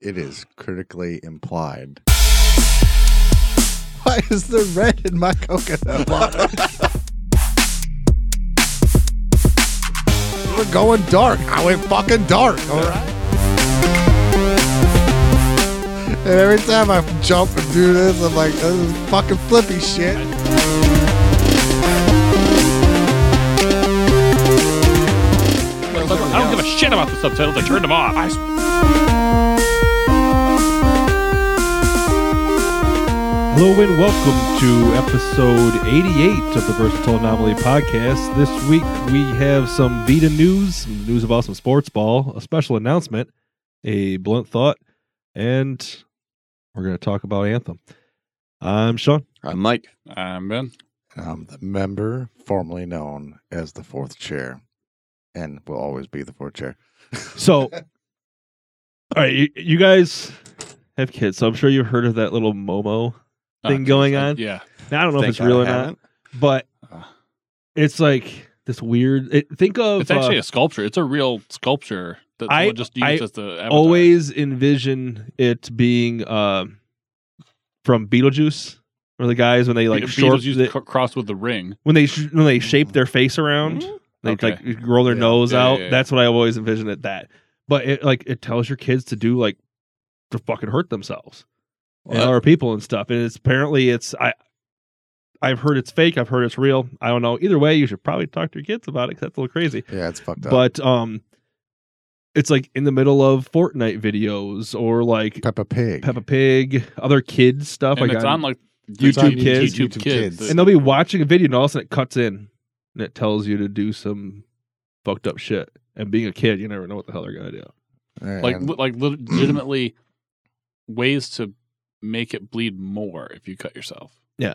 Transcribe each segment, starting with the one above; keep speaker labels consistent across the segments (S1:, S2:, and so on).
S1: It is critically implied. Why is there red in my coconut water? We're going dark. I went fucking dark. All right. And every time I jump and do this, I'm like, this is fucking flippy shit.
S2: I don't give a shit about the subtitles. I turned them off.
S3: Hello and welcome to episode 88 of the Versatile Anomaly podcast. This week we have some Vita news, some news about some sports ball, a special announcement, a blunt thought, and we're going to talk about Anthem. I'm Sean.
S4: I'm Mike.
S2: I'm Ben.
S1: I'm the member formerly known as the fourth chair and will always be the fourth chair.
S3: So, all right, you, you guys have kids, so I'm sure you've heard of that little Momo
S2: Uh,
S3: thing going on.
S2: Yeah.
S3: Now, I don't know if
S4: Thank
S3: it's
S4: God
S3: real
S4: I
S3: or not,
S4: haven't.
S3: but
S2: Uh,
S3: it's like this weird. It, think of
S2: It's actually
S3: uh,
S2: a sculpture. It's a real sculpture that
S3: I-
S2: someone just used
S3: I
S2: as the avatar.
S3: always envision it being um from Beetlejuice, where the guys when they like
S2: Be-
S3: short,
S2: Beatles used
S3: they-
S2: to cross with the ring.
S3: when they sh- when they shape their face around, they
S2: Mm-hmm. Okay.
S3: like roll their
S1: Yeah.
S3: nose
S2: Yeah,
S3: out.
S2: yeah, yeah.
S3: That's what I always envision it that. But it like it tells your kids to do like to fucking hurt themselves and
S4: What?
S3: other people and stuff. And it's apparently it's I. I've heard it's fake. I've heard it's real. I don't know. Either way, you should probably talk to your kids about it 'cause that's a little crazy
S1: Yeah, it's fucked up.
S3: but um it's like in the middle of Fortnite videos or like
S1: Peppa Pig.
S3: Peppa Pig, other kids stuff
S2: and
S3: like,
S2: it's
S3: on-
S2: on like
S3: Oh YouTube
S2: YouTube
S3: Kids.
S2: YouTube
S1: YouTube
S2: Kids.
S1: Kids.
S3: and they'll be watching a video and all of a sudden it cuts in and it tells you to do some fucked up shit. And being a kid, you never know what the hell they're gonna do.
S2: like
S1: And-
S2: li- like li- legitimately ways to make it bleed more if you cut yourself.
S3: Yeah.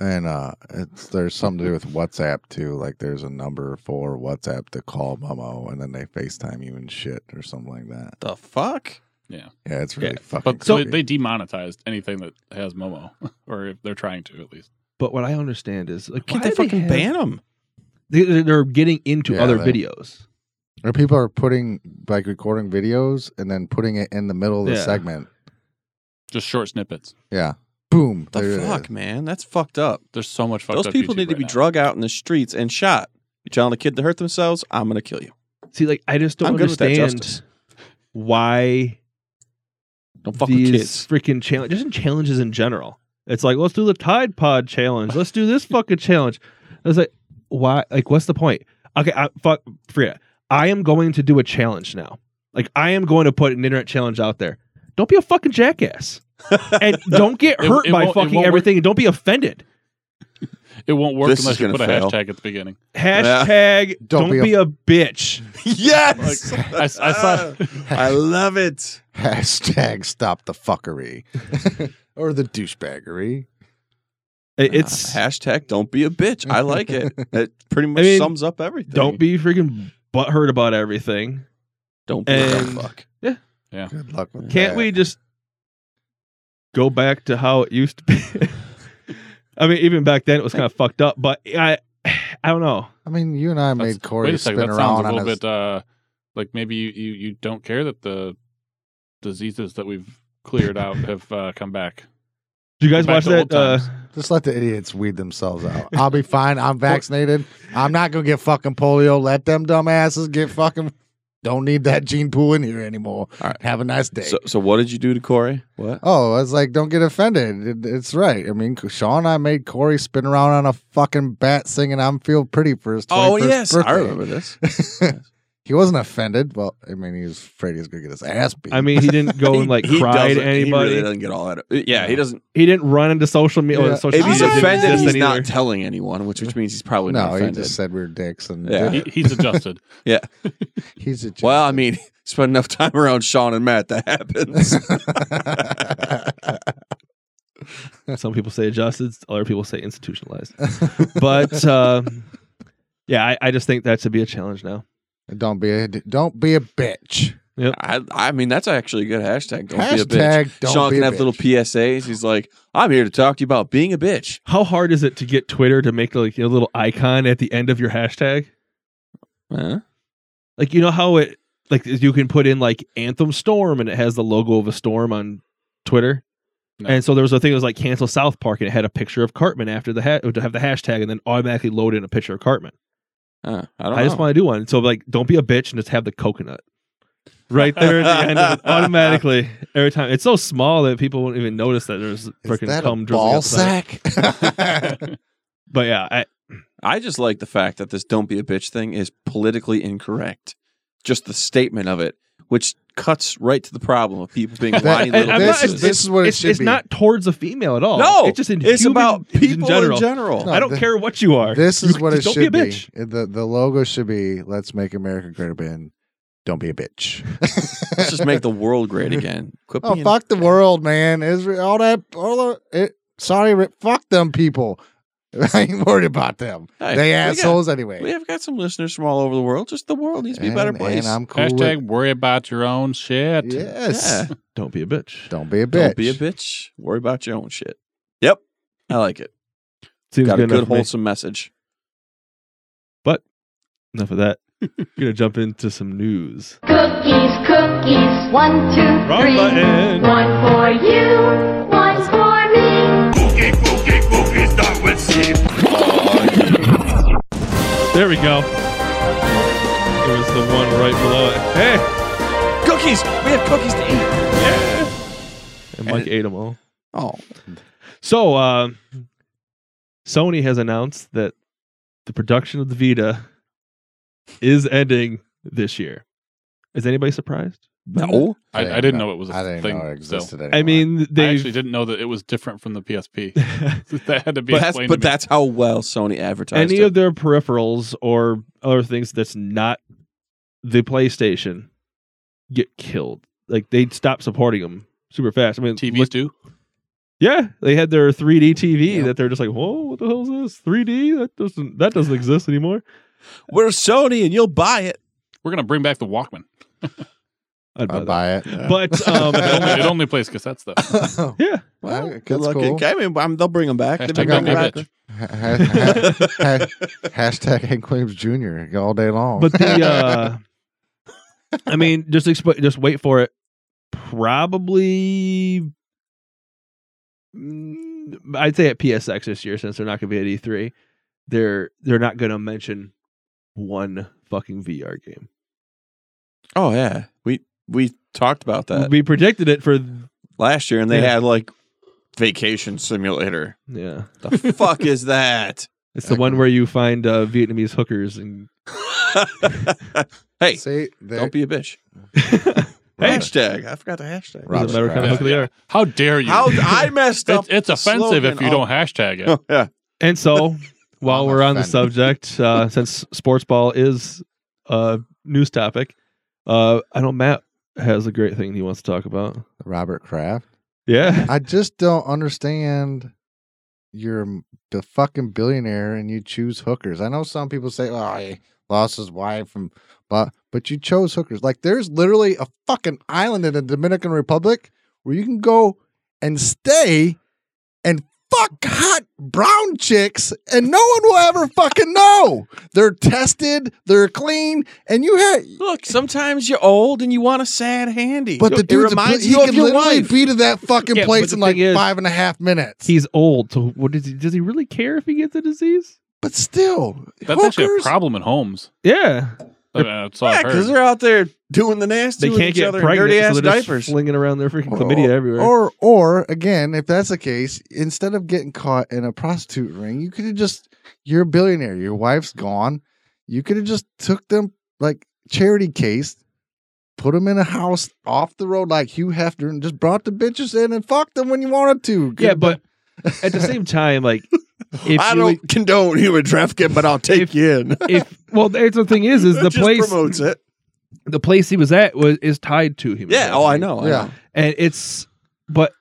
S1: And uh it's there's something to do with WhatsApp too. Like there's a number for WhatsApp to call Momo and then they FaceTime you and shit or something like that.
S4: The fuck?
S1: Yeah, it's really
S3: Yeah,
S1: fucking
S2: But
S1: creepy.
S2: they, they demonetized anything that has Momo, or if they're trying to at least.
S3: But what I understand is like
S4: Can't
S3: why
S4: they
S3: do
S4: fucking
S3: have-
S4: ban them?
S3: They, they're- they're getting into
S1: Yeah,
S3: other
S1: they-
S3: videos.
S1: or people are putting like recording videos and then putting it in the middle of the
S3: Yeah.
S1: segment.
S2: Just short snippets.
S1: Yeah. Boom.
S4: The
S1: there it
S4: fuck,
S1: is.
S4: man? That's fucked up.
S2: There's so much uh, fucked
S4: Those
S2: up
S4: people
S2: YouTube
S4: need to
S2: right
S4: be
S2: now.
S4: drug out in the streets and shot. You telling a kid to hurt themselves? I'm gonna kill you.
S3: See, like I just don't
S4: I'm good with that
S3: understand
S4: justice.
S3: why
S4: Don't fuck
S3: these
S4: with kids.
S3: freaking challenge, just in challenges in general. It's like let's do the Tide Pod challenge. Let's do this fucking challenge. I was like, why? Like, what's the point? Okay, I, fuck, forget. it. I am going to do a challenge now. Like, I am going to put an internet challenge out there. Don't be a fucking jackass, and don't get
S2: It-
S3: hurt
S2: it
S3: by
S2: won't- it
S3: fucking
S2: won't work.
S3: everything. And don't be offended.
S2: It won't work
S4: This is
S2: unless you
S4: gonna
S2: put a
S4: fail.
S2: hashtag at the beginning.
S3: Hashtag don't,
S1: Don't
S3: be,
S1: be
S3: a, bitch.
S4: yes,
S2: Like, I- I saw-
S4: I love it.
S1: Hashtag stop the fuckery. or the douchebaggery.
S3: It- It's
S4: Uh, hashtag don't be a bitch. I like it. It pretty much
S3: mean,
S4: sums up everything.
S3: don't be freaking butthurt about everything.
S4: don't be a dumb
S3: and-
S4: fuck.
S1: Good luck with
S3: Can't
S1: that.
S3: we just go back to how it used to be? I mean, even back then it was kind of fucked up, but I, I don't know.
S1: I mean, you and I
S2: That's-
S1: made Corey
S2: wait a
S1: spin
S2: second, that sounds
S1: around
S2: a
S1: on
S2: little
S1: his
S2: bit uh, like maybe you, you, you don't care that the diseases that we've cleared out have uh, come back.
S3: Do you guys
S2: Back
S3: watch
S2: to old
S3: that? Uh,
S2: times.
S1: Just let the idiots weed themselves out. I'll be fine. I'm vaccinated. I'm not gonna get fucking polio. Let them dumbasses get fucking. Don't need that gene pool in here anymore.
S4: All right.
S1: Have a nice day.
S4: So, so what did you do to Corey?
S3: Uh,
S4: What?
S1: oh, I was like, don't get offended. It- it's right. I mean, Sean, and I made Corey spin around on a fucking bat singing "I'm Feel Pretty" for his 21st birthday.
S4: Oh, I remember this.
S1: he wasn't offended. Well, I mean, he was afraid he was gonna get his ass beat.
S3: I mean, he didn't go and like cry to
S4: doesn't-
S3: anybody.
S4: He
S3: He,
S4: really doesn't get all that. Yeah, he doesn't.
S3: didn't run into social media.
S1: Yeah.
S3: Or social
S4: If he's
S3: media didn't
S4: offended,
S3: exist
S4: he's
S3: then either.
S4: not telling anyone, which which means he's probably not
S1: no, he
S4: offended.
S1: just said we're dicks, and
S4: Yeah.
S1: did
S2: He,
S1: it.
S2: he's adjusted.
S1: he's a
S4: well, I mean, spent enough time around Sean and Matt that happens.
S3: Some people say adjusted, other people say institutionalized. But uh, yeah, I, I just think that should be a challenge now.
S1: Don't be a don't be a bitch.
S4: I, I mean, that's actually a good hashtag. Don't
S1: Hashtag
S4: be a bitch.
S1: don't
S4: Sean
S1: be
S4: can
S1: a
S4: have
S1: bitch.
S4: little PSAs. He's like, I'm here to talk to you about being a bitch.
S3: How hard is it to get Twitter to make like a little icon at the end of your hashtag?
S4: Huh?
S3: Like you know how it like you can put in like Anthem Storm and it has the logo of a storm on Twitter.
S2: No.
S3: And so there was a thing that was like cancel South Park and it had a picture of Cartman after the ha- to have the hashtag and then automatically load in a picture of Cartman.
S4: Huh, Uh, I
S3: I,
S4: don't know.
S3: just want to do one. So like don't be a bitch and just have the coconut. Right there at the end of it, automatically every time. It's so small that people won't even notice that there's
S1: Is
S3: freaking
S1: that
S3: cum
S1: a
S3: dribbling
S1: ball
S3: outside.
S1: sack?
S3: But yeah, I,
S4: I just like the fact that this "don't be a bitch" thing is politically incorrect. Just the statement of it, which cuts right to the problem of people being
S1: That-
S4: whiny
S1: and
S4: little
S1: I'm not-
S4: bitches.
S1: it's- this is what it
S3: it's,
S1: should
S3: it's
S1: be.
S3: not towards a female at all.
S4: no,
S3: it's just in
S4: it's
S3: human-
S4: about
S3: in
S4: people in general.
S3: general.
S1: No,
S3: I don't
S1: the-
S3: care what you are.
S1: This
S3: You
S1: is what it
S3: just don't
S1: should
S3: be a
S1: be.
S3: bitch.
S1: The the logo should be "Let's make America great again." Don't be a bitch.
S4: Let's just make the world great again. Quit
S1: oh
S4: being-
S1: fuck the world, man! Israel, all that, all the, it, sorry, Ri- fuck them people. I ain't worried about them.
S4: Hey, we
S1: they
S4: got-
S1: assholes anyway.
S4: We have got some listeners from all over the world. Just the world needs to be a better
S1: And-
S4: place.
S1: And I'm cool.
S2: Hashtag worry about your own shit.
S1: with, yes.
S4: Yeah.
S3: Don't be a bitch.
S1: Don't be a bitch.
S4: Don't be a bitch. Worry about your own shit. Yep. I like it.
S3: Seems
S4: got a
S3: enough
S4: good
S3: for me.
S4: wholesome message.
S3: Enough of that. We're gonna jump into some news.
S5: Cookies, cookies, one, two,
S3: Wrong
S5: three.
S3: button.
S5: One for you, one for me.
S6: Cookie, cookie, cookie, start with C.
S3: There we go. It was the one right below it. Hey,
S4: Cookies. We have cookies to eat.
S3: and Mike ate them all.
S4: Oh,
S3: So, uh, Sony has announced that the production of the Vita is ending this year. Is anybody surprised?
S4: no.
S2: I, I didn't, know, it was a
S1: I didn't
S2: thing.
S1: know it
S2: so.
S1: existed.
S3: I
S1: anymore.
S3: mean,
S2: I
S3: they
S2: actually didn't know that it was different from the PSP. that had to be
S4: But that's,
S2: explained.
S4: but
S2: to me.
S4: that's how well Sony advertised
S3: any
S4: it.
S3: of their peripherals or other things that's not the PlayStation get killed. Like they stop supporting them super fast. I mean,
S2: TVs
S3: look-
S2: too.
S3: yeah, they had their 3D TV
S1: Yeah.
S3: that they're just like, whoa, what the hell is this? 3D that doesn't that doesn't exist anymore.
S4: We're Sony and you'll buy it.
S2: We're gonna bring back the Walkman.
S3: I'd buy
S1: I
S3: that.
S1: buy it.
S3: uh,
S1: Oh.
S3: But um,
S2: It only, it only plays cassettes though.
S3: yeah,
S1: Well, that's
S4: good luck.
S1: cool.
S4: I mean, I'm- they'll bring them back. They've
S1: don't
S2: Hashtag
S4: been bringing
S1: be a
S4: back.
S2: bitch.
S1: Ha- ha- ha- ha- hashtag Hank Williams Jr. all day long.
S3: but the uh, I mean, just exp- just wait for it. Probably, mm, I'd say at PSX this year since they're not going to be at E3, they're they're not going to mention one fucking VR game.
S4: Oh yeah, we we talked about that
S3: we predicted it for
S4: last year, and they
S3: Yeah.
S4: had like Vacation Simulator.
S3: yeah.
S4: The fuck is that?
S3: It's the one where you find uh, Vietnamese hookers and
S4: hey,
S1: See, there-
S4: don't be a bitch.
S3: Hey.
S4: Hashtag. I forgot the hashtag.
S1: Right.
S3: doesn't matter what kind of
S1: Yeah.
S3: hooker they are.
S2: How dare you?
S4: How I messed
S2: it's,
S4: up.
S2: it's
S4: the
S2: offensive if
S4: slogan.
S2: you
S4: Oh.
S2: don't hashtag it.
S4: Oh, yeah.
S3: And so, while
S1: I'm
S3: we're on the
S1: offended.
S3: subject, uh, since sports ball is a news topic, uh, I know Matt has a great thing he wants to talk about.
S1: Robert Kraft.
S3: Yeah,
S1: I just don't understand. You're the fucking billionaire and you choose hookers. I know some people say, "Oh, he lost his wife," and blah, but you chose hookers. Like, there's literally a fucking island in the Dominican Republic where you can go and stay and fuck hot brown chicks, and no one will ever fucking know. They're tested, they're clean, and you had.
S4: Look, sometimes you're old and you want a sad handy.
S1: But the
S4: It
S1: dude's a,
S4: reminds
S1: he
S4: you
S1: can
S4: of your
S1: literally
S4: wife.
S1: be to that fucking
S3: Yeah, but
S1: place
S3: the
S1: in like
S3: thing is-
S1: five and a half minutes.
S3: he's old, so what does he? Does he really care if he gets a disease?
S1: But still,
S2: That's actually a problem in homes.
S3: Yeah,
S2: I mean, that's all
S4: Yeah,
S2: I've
S4: because
S2: heard.
S4: they're out there doing the nasty
S3: they
S4: with
S3: can't
S4: each
S3: get
S4: other
S3: pregnant,
S4: dirty
S3: so
S4: ass
S3: they're just
S4: diapers. Oh,
S3: flinging around their freaking
S1: Or-
S3: chlamydia everywhere.
S1: Or, or again, if that's the case, instead of getting caught in a prostitute ring, you could have just you're a billionaire. Your wife's gone. You could have just took them like charity case, put them in a house off the road like Hugh Hefner, and just brought the bitches in and fucked them when you wanted to.
S3: yeah, but at the same time, like if
S4: I
S3: you
S4: don't condone human trafficking, but I'll take
S3: If-
S4: you in.
S3: if well, that's the thing is, is
S4: It
S3: the
S4: just
S3: place
S4: promotes it.
S3: the place he was at was is tied to him.
S4: Yeah. Oh, I know. I
S1: Yeah.
S4: know.
S3: and it's but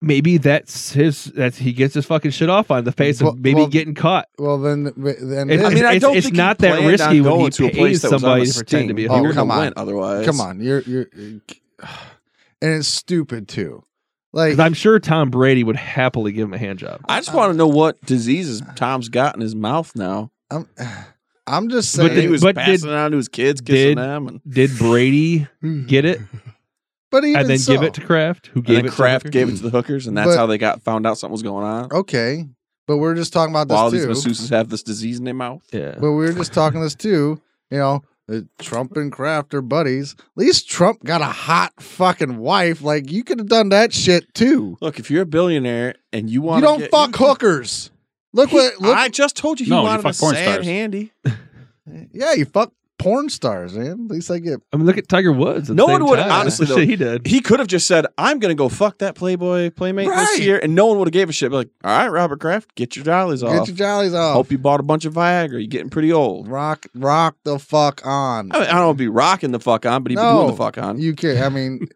S3: maybe that's his that's he gets his fucking shit off on the face
S1: Well-
S3: of maybe
S1: well,
S3: getting caught
S1: well then, then
S3: It's-
S4: I mean, I
S3: it's-
S4: don't
S3: it's
S4: think
S3: not
S4: he
S3: that
S4: planned
S3: risky
S4: on
S3: when
S4: going
S3: he
S4: to a
S3: pays
S4: place that was on
S3: somebody
S4: a
S3: to pretend
S4: sting. Oh,
S3: to be a
S4: He
S1: hooker.
S4: wouldn't
S1: Come
S4: have
S1: on.
S4: went otherwise.
S1: come on, you're you're, and it's stupid too. Like
S3: 'Cause I'm sure Tom Brady would happily give him a hand job.
S4: I just want to know what diseases Tom's got in his mouth now.
S1: I'm, I'm just
S3: But
S1: saying.
S4: But
S1: But,
S4: he was
S3: but
S4: passing
S3: did-
S4: it on to his kids, kissing
S3: did-
S4: them, and,
S3: Did Brady
S1: Hmm.
S3: get it
S1: even
S3: and then
S1: so,
S3: give it to Kraft, who
S4: and
S3: gave
S4: then
S3: it
S4: Kraft
S3: to Hooker?
S4: gave it to the hookers, and that's
S1: But- Oh,
S4: how they got found out something was going on.
S1: okay, but we're just talking about this
S4: While these
S1: too.
S4: masseuses have this disease in their mouth,
S3: Yeah.
S1: But we were just talking this too. You know, uh, Trump and Kraft are buddies. At least Trump got a hot fucking wife. Like you could have done that shit too.
S4: look if you're a billionaire and you
S1: You
S4: want,
S1: don't fuck hookers. Look what. Look,
S4: I just told you he
S2: No, you
S4: wanted a
S2: fuck porn
S4: sad
S2: stars.
S4: handy.
S1: yeah, you fuck porn stars, man. At least I get.
S3: I mean, look at Tiger Woods. at
S4: No
S3: the
S4: one
S3: same
S4: would-
S3: time.
S4: honestly,
S3: Shit
S4: though,
S3: he did.
S4: He could have just said, "I'm going to go fuck that Playboy playmate this
S1: Right.
S4: year," and no one would have gave a shit. Be like, all right, Robert Kraft, get your dollies off.
S1: Get your jollies off.
S4: Hope you bought a bunch of Viagra. You're getting pretty old.
S1: rock, rock the fuck on.
S4: I, mean, I don't be rocking the fuck on, but he'd be
S1: No.
S4: doing the fuck on.
S1: You can I mean,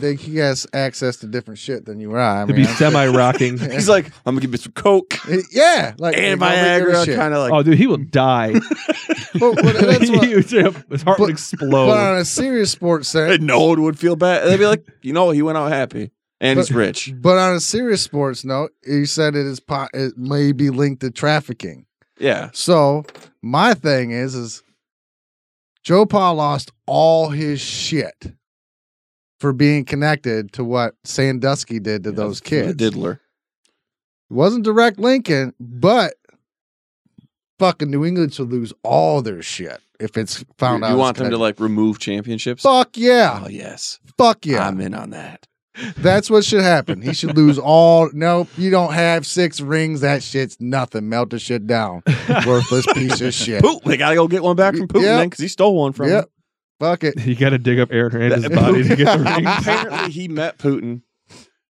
S1: they, he has access to different shit than you and I. I
S3: to
S1: mean,
S3: be
S1: I'm-
S3: semi rocking.
S4: He's like, I'm gonna give me some coke
S1: yeah, like
S4: and
S1: like, nobody gives a
S4: Viagra,
S1: shit.
S4: kind of like.
S3: oh, dude, he will die.
S1: But- but that's what-
S3: His heart
S1: But-
S3: would
S4: Oh.
S3: explode.
S1: But on a serious sports sense,
S4: and no one would feel bad. They'd be like, you know, he went out happy and he's
S1: But-
S4: rich.
S1: but on a serious sports note, you said it is po- it may be linked to trafficking.
S4: Yeah,
S1: So my thing is, is Joe Paul lost all his shit for being connected to what Sandusky did to those
S4: the
S1: kids.
S4: diddler.
S1: It wasn't direct linking, but fucking New England should lose all their shit if it's found
S4: you,
S1: out.
S4: you
S1: it's
S4: want them to
S1: connected.
S4: like remove championships?
S1: Fuck yeah.
S4: Oh yes,
S1: Fuck yeah.
S4: I'm in on that.
S1: That's what should happen. He should lose all. Nope, you don't have six rings. That shit's nothing. Melt the shit down. Worthless piece of shit.
S4: Poot, they gotta go get one back from Putin
S1: Yep.
S4: then because he stole one from
S1: Yep. Fuck it.
S3: you got to dig up Aaron Hernandez's
S4: That-
S3: body to get the
S4: him.
S3: ring.
S4: Apparently, he met Putin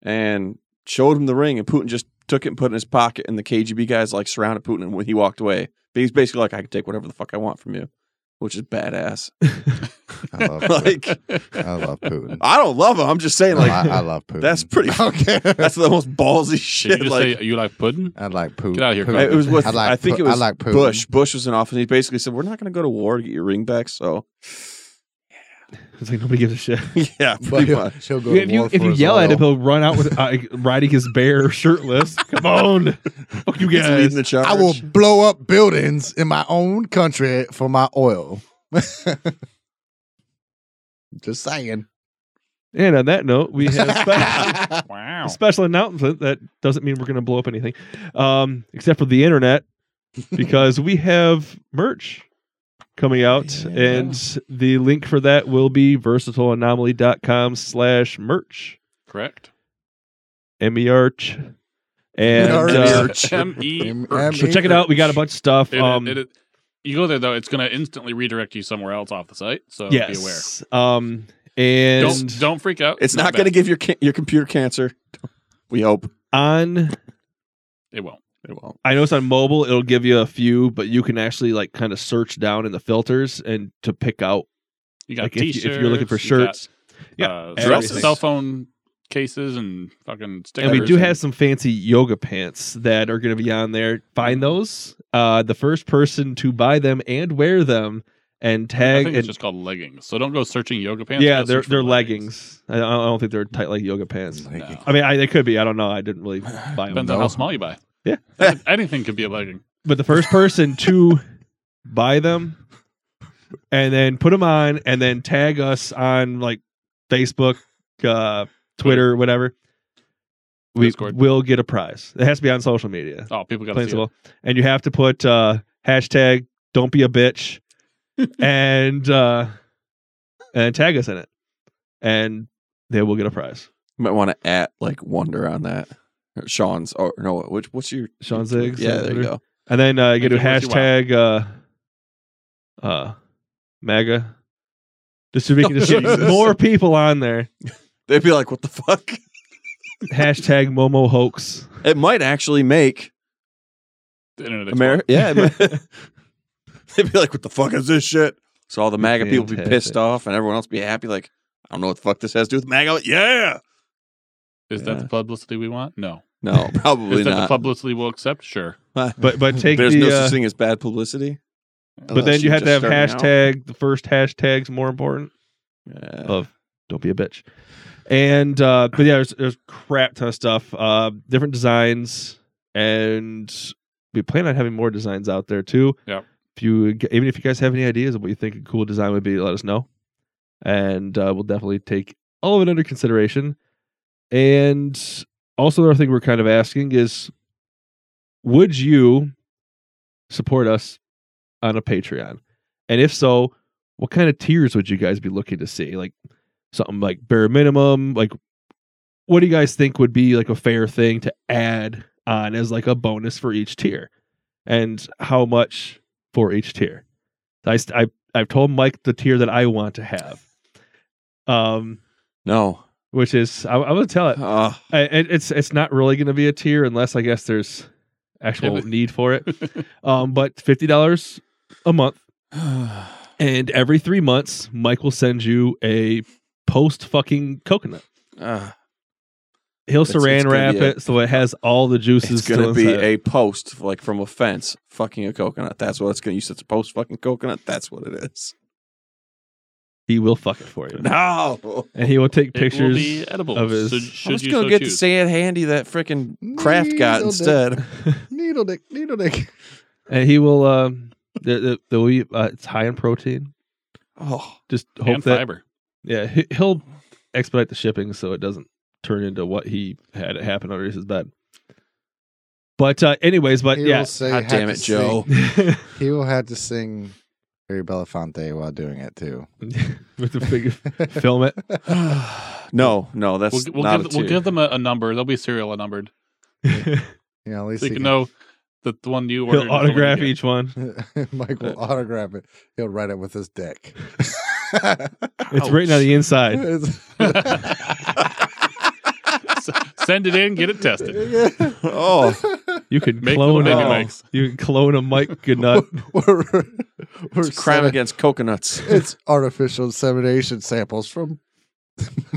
S4: and showed him the ring, and Putin just took it and put it in his pocket. And the KGB guys like surrounded Putin, and when he walked away, but he's basically like, "I can take whatever the fuck I want from you," which is badass.
S1: I love Putin.
S4: like,
S1: I love Putin.
S4: I don't love him. I'm just saying, like,
S1: I, I love Putin.
S4: that's pretty.
S1: okay.
S4: That's the most ballsy shit.
S2: Did you just
S4: like,
S2: say you like pudding?
S1: I like Putin.
S2: Get out of here,
S1: Putin.
S2: Carl.
S4: it was with,
S1: I
S4: I,
S1: like
S4: think
S1: Pu-
S4: it was
S1: I like Putin.
S4: Bush. Bush was in office. He basically said, "We're not going to go to war to get your ring back." So,
S3: It's like nobody gives a shit.
S4: yeah,
S1: But
S4: pretty
S1: he'll,
S4: much.
S1: he'll go to
S3: If you
S1: war
S3: if
S1: for
S3: you
S1: his
S3: yell at
S1: oil.
S3: him, he'll run out with uh, riding his bear shirtless. Come on, fuck you
S4: He's leading
S3: guys.
S4: the charge.
S1: I will blow up buildings in my own country for my oil. Just saying.
S3: And on that note, we have spe-
S2: Wow.
S3: a special announcement that doesn't mean we're going to blow up anything, um, except for the internet, because we have merch coming out,
S4: Yeah.
S3: and the link for that will be versatileanomaly.com slash merch,
S2: Correct.
S3: M-E-R-C. And uh,
S1: Merch.
S2: M E.
S1: M-
S3: so check it out. We got a bunch of stuff.
S2: It-
S3: um,
S2: it- it- you go there though, it's going to instantly redirect you somewhere else off the site. So uh, be aware.
S3: yes. Um, and
S2: Don't don't freak out.
S4: It's not going to
S2: bad.
S4: give your ca- your computer cancer. We hope
S3: on
S2: It won't.
S4: it won't.
S3: I know it's on mobile. It'll give you a few, but you can actually like kind of search down in the filters and to pick out
S2: You got
S3: like if,
S2: t-shirts.
S3: you, if you're looking for
S2: you got,
S3: shirts. Yeah,
S2: uh,
S4: everything.
S2: cell phone cases and fucking stickers.
S3: And we do
S2: and-
S3: have some fancy yoga pants that are going to be on there. Find those. Uh, the first person to buy them and wear them and
S2: I
S3: tag
S2: think
S3: and
S2: it's just called leggings. So don't go searching yoga pants.
S3: yeah,
S2: go
S3: they're
S2: search for
S3: they're leggings. I don't, I don't think they're tight like yoga pants.
S2: No.
S1: Leggings.
S3: I mean, I, they could be. I don't know. I didn't really buy them.
S2: Depends on how small you buy.
S3: Yeah.
S2: Any- anything could be a legging.
S3: but the first person to buy them and then put them on and then tag us on like Facebook, uh, Twitter, whatever, we
S2: Discord.
S3: will get a prize. It has to be on social media,
S2: Oh, people got
S3: plain
S2: to
S3: and
S2: see it.
S3: simple. And you have to put uh, hashtag don't be a bitch and uh, and tag us in it, and they will get a prize.
S4: You might want to at like wonder on that. Sean's or no, which what's your
S3: Sean Ziggs.
S4: Yeah,
S3: on
S4: there you
S3: Twitter.
S4: go.
S3: And then uh, you get to
S2: And then what you
S3: hashtag uh, uh, MAGA. Just so we can just get
S4: Jesus.
S3: more people on there.
S4: They'd be like, "What the fuck?"
S3: Hashtag Momo hoax.
S4: It might actually make
S2: The internet
S4: America. Yeah, it might- they'd be like, "What the fuck is this shit?" So all the MAGA people be
S3: Fantastic.
S4: pissed off, and everyone else be happy. Like, I don't know what the fuck this has to do with MAGA. Yeah,
S2: Is
S4: Yeah.
S2: that the publicity we want? No.
S4: no, probably
S2: Is that the
S4: not.
S2: publicity we'll accept? Sure.
S3: But but take
S4: There's
S3: the
S4: no
S3: uh,
S4: such thing as bad publicity.
S3: but then
S4: unless
S3: you have to have
S4: you're just starting
S3: hashtag the first hashtag's more important
S4: out. Yeah.
S3: of don't be a bitch. And uh but yeah, there's there's crap ton of stuff. Uh different designs and we plan on having more designs out there too.
S2: Yep.
S3: If you even if you guys have any ideas of what you think a cool design would be, let us know, and uh, we'll definitely take all of it under consideration. And also, another thing we're kind of asking is, would you support us on a Patreon? And if so, what kind of tiers would you guys be looking to see? Like something like bare minimum, like what do you guys think would be like a fair thing to add on as like a bonus for each tier and how much for each tier i st- I, i've told mike the tier that i want to have um
S4: No.
S3: which is i, I will tell it
S4: Uh,
S3: I, it- it's it's not really going to be a tier unless i guess there's actual
S2: Yeah, but-
S3: need for it um but $50 a month
S4: I
S3: and every three months mike will send you a post fucking coconut
S4: Ah.
S3: he'll
S4: It's- it's
S3: saran
S4: gonna
S3: wrap
S4: be a-
S3: it so it has all the juices
S4: it's gonna
S3: still
S4: be
S3: inside.
S4: a post like from a fence, fucking a coconut. That's what it's gonna. You said it's a post fucking coconut. That's what it is.
S3: he will fuck it for you
S4: No,
S3: and he will take
S2: It will
S3: pictures
S2: be edible.
S3: of his-
S2: so,
S4: I'm
S2: should
S4: just
S2: you
S4: gonna
S2: so
S4: get the
S2: choose?
S4: sand handy that freaking craft got
S1: Needle dick.
S4: instead.
S1: Needle dick, needle dick.
S3: and he will um the, the, the will you- uh, it's high in protein
S4: Oh,
S3: just hope
S2: and
S3: that
S2: fiber.
S3: yeah he, he'll expedite the shipping so it doesn't turn into what he had it happen under his bed but uh anyways but
S1: He
S3: yeah
S1: will say,
S4: God
S1: had
S4: damn
S1: to
S4: it, Joe.
S1: sing- He will have to sing Harry Belafonte while doing it too.
S3: with the big film it
S4: no, no, that's
S2: We'll, we'll
S4: not
S2: give,
S4: a
S2: we'll
S4: tier.
S2: give them a, a number. They'll be serial numbered.
S1: You know, at least
S2: So you
S1: he
S2: can know that the one you ordered. is
S3: he'll
S2: the one you
S3: autograph
S2: get.
S3: each one
S1: can- Mike will
S2: Uh,
S1: autograph it. He'll write it with his dick.
S3: it's written on the inside
S2: S- Send it in, get it tested.
S4: Oh,
S3: you can
S2: Make little
S3: clone
S2: baby
S3: a,
S2: mics.
S3: you can clone a mike goodnut
S1: we're, we're
S4: it's a crime
S1: sending-
S4: against coconuts.
S1: It's artificial insemination samples from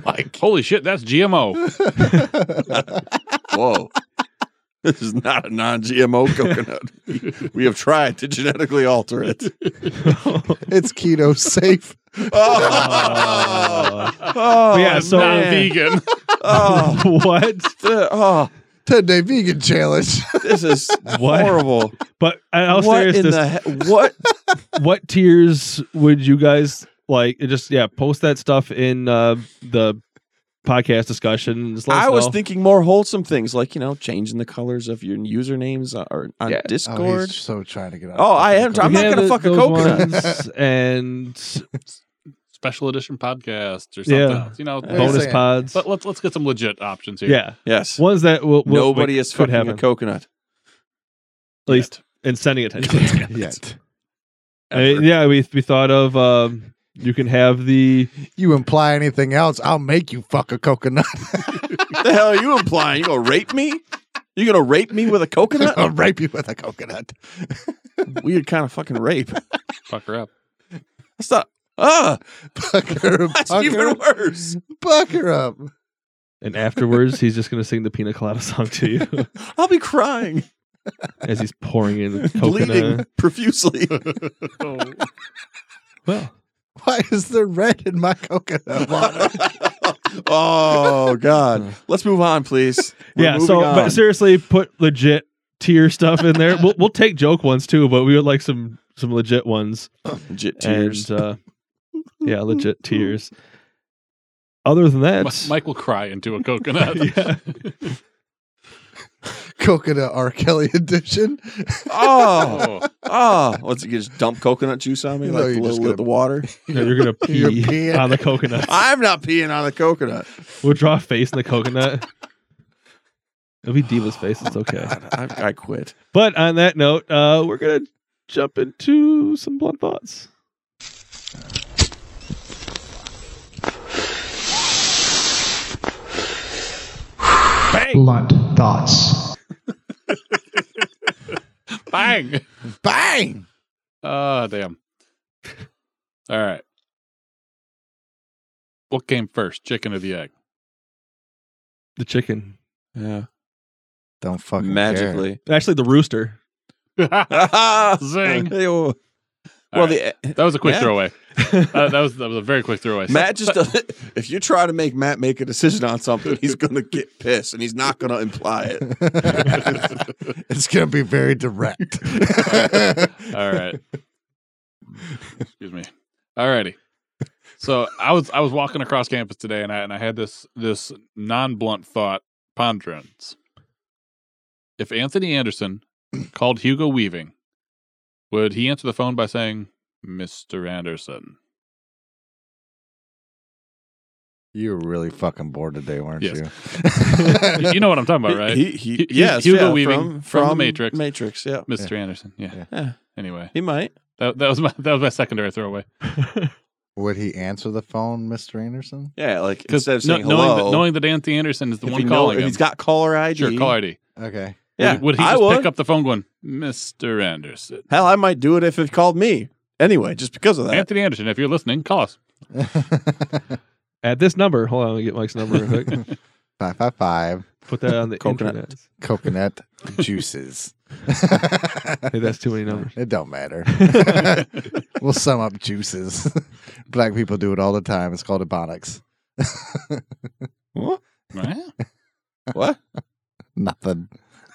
S1: Mike.
S2: Holy shit, that's GMO.
S4: Whoa. This is not a non-GMO coconut. We have tried to genetically alter it.
S1: it's keto safe.
S4: Oh, oh
S3: Yeah,
S2: I'm
S3: so-
S2: not
S4: man.
S2: vegan.
S4: Oh,
S3: what
S4: th- oh,
S1: 10 day vegan challenge.
S4: this is
S3: What?
S4: horrible.
S3: but uh, I- i'll
S4: what
S3: serious
S4: in
S3: this
S4: the he- what?
S3: what tiers would you guys like just yeah post that stuff in uh the podcast discussion Just let us
S4: I was
S3: know.
S4: thinking more wholesome things like you know changing the colors of your usernames uh, or on
S3: Yeah.
S1: Oh,
S4: Discord.
S1: he's so trying to get out.
S4: Oh, I am- I'm
S3: We
S4: not
S3: have
S4: gonna
S3: the-
S4: fuck a
S3: those
S4: coconut.
S3: ones and
S2: Special edition podcast or something
S3: Yeah.
S2: else. You know,
S1: Wait a
S3: bonus
S1: second.
S3: pods
S2: Let, let's let's get some legit options here.
S3: yeah
S4: yes.
S3: ones that will, will
S4: Nobody
S3: like,
S4: is
S3: could
S4: fucking
S3: happen
S4: a coconut.
S3: at least and sending attention
S1: Yet.
S3: I mean, yeah we we thought of um you can have the
S1: You imply anything else, I'll make you fuck a coconut.
S4: What the hell are you implying? You gonna rape me? You gonna rape me with a coconut?
S1: I'll rape you with a coconut.
S4: Weird kind of fucking rape.
S2: Fuck her up.
S4: That's not. Ah,
S1: Pucker,
S4: that's
S1: pucker,
S4: even worse.
S1: pucker up.
S3: and afterwards he's just gonna sing the pina colada song to you
S4: I'll be crying,
S3: as he's pouring in the
S4: bleeding
S3: coconut
S4: profusely.
S3: Oh. well
S1: Why is there red in my coconut water?
S4: oh God! Let's move on, please. We're
S3: yeah.
S4: moving
S3: So, but
S4: on.
S3: seriously, put legit tier stuff in there. we'll we'll take joke ones too, but we would like some some legit ones
S4: legit tears.
S3: and uh, yeah, legit tiers. Other than that,
S2: Mi- Mike will cry into a coconut.
S3: Yeah.
S1: coconut R. Kelly edition.
S4: oh,
S2: Oh,
S4: oh! What's it? You just dump coconut juice on me,
S1: No,
S4: like
S1: you're
S4: the,
S1: just
S4: little,
S1: gonna-
S4: the water.
S3: no, you're gonna
S1: You're
S3: pee
S1: peeing.
S3: on the coconut.
S4: I'm not peeing on the coconut.
S3: We'll draw a face in the coconut. It'll be Diva's face. It's okay.
S4: I, I quit.
S3: But on that note, uh, we're gonna jump into some blunt thoughts.
S7: blunt thoughts.
S2: bang.
S1: Bang!
S2: Ah, damn. All right. What came first, chicken or the egg?
S3: The chicken,
S4: Yeah,
S1: Don't fucking care.
S4: magically.
S3: actually, the rooster.
S2: Zing.
S4: oh.
S2: All
S4: well,
S2: right.
S4: the eh,
S2: That was a quick
S4: Yeah.
S2: throwaway. Uh, that was that was a very quick throwaway. So-
S4: Matt just
S2: so-
S4: doesn't- if you try to make Matt make a decision on something, he's gonna get pissed and he's not gonna imply it.
S1: it's gonna be very direct.
S2: all right. Excuse me. Alrighty. So I was I was walking across campus today, and I and I had this this non blunt thought ponderance. If Anthony Anderson called Hugo Weaving, would he answer the phone by saying, "Mr. Anderson"?
S1: You were really fucking bored today, weren't
S2: Yes.
S1: you?
S2: You- You know what I'm talking about, right?
S4: He, he,
S2: He-
S4: yes,
S2: Hugo
S4: yeah,
S2: Weaving
S4: from,
S2: from The Matrix.
S4: Matrix, yeah.
S2: Mr. Anderson. Yeah.
S1: Yeah.
S4: Yeah.
S2: Anyway,
S4: He might.
S2: that that was my that was my secondary throwaway.
S1: Would he answer the phone, Mister Anderson?
S4: Yeah, like
S2: 'Cause
S4: instead of
S2: kno-
S4: saying
S2: knowing
S4: hello,
S2: that, knowing that Anthony Anderson is the
S4: if
S2: one
S4: you know-
S2: calling
S4: if
S2: him,
S4: he's got caller ID.
S2: sure, call ID.
S1: Okay.
S4: Yeah,
S2: would, would he
S4: I
S2: just
S4: would.
S2: pick up the phone going, Mr. Anderson?
S4: Hell, I might do it if it called me. Anyway, just because of that.
S2: Anthony Anderson, if you're listening, call us.
S3: At this number, hold on, let me get Mike's number real quick.
S1: five five five.
S3: Put that on the
S4: Coconut.
S3: internet.
S1: Coconut juices.
S3: Hey, that's too many numbers.
S1: It don't matter. we'll sum up juices. Black people do it all the time. It's called ebonics.
S4: What?
S2: Right?
S4: What?
S1: Nothing.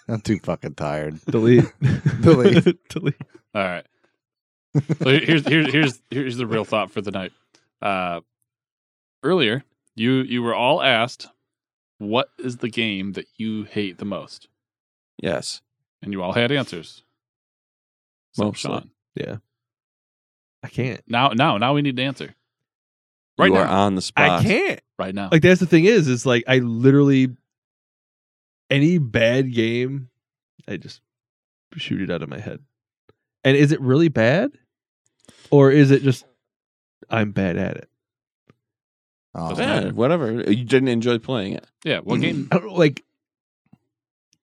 S1: I'm too fucking tired.
S3: Delete.
S1: Delete.
S3: Delete.
S2: All right. So here- here's here's here's here's the real thought for the night. Uh, earlier, you you were all asked, "What is the game that you hate the most?"
S4: Yes.
S2: And you all had answers. So,
S4: Mostly.
S2: Sean,
S3: I can't.
S2: now now now we need an answer. Right
S4: you
S2: now,
S4: are on
S3: I
S4: the spot.
S3: can't.
S2: right now.
S3: Like that's the thing is, is like I literally any bad game, I just shoot it out of my head. And is it really bad, or is it just I'm bad at it?
S1: Oh,
S2: Doesn't
S4: Yeah,
S2: matter.
S4: whatever. You didn't enjoy playing it.
S2: yeah, what game?
S3: I don't know, like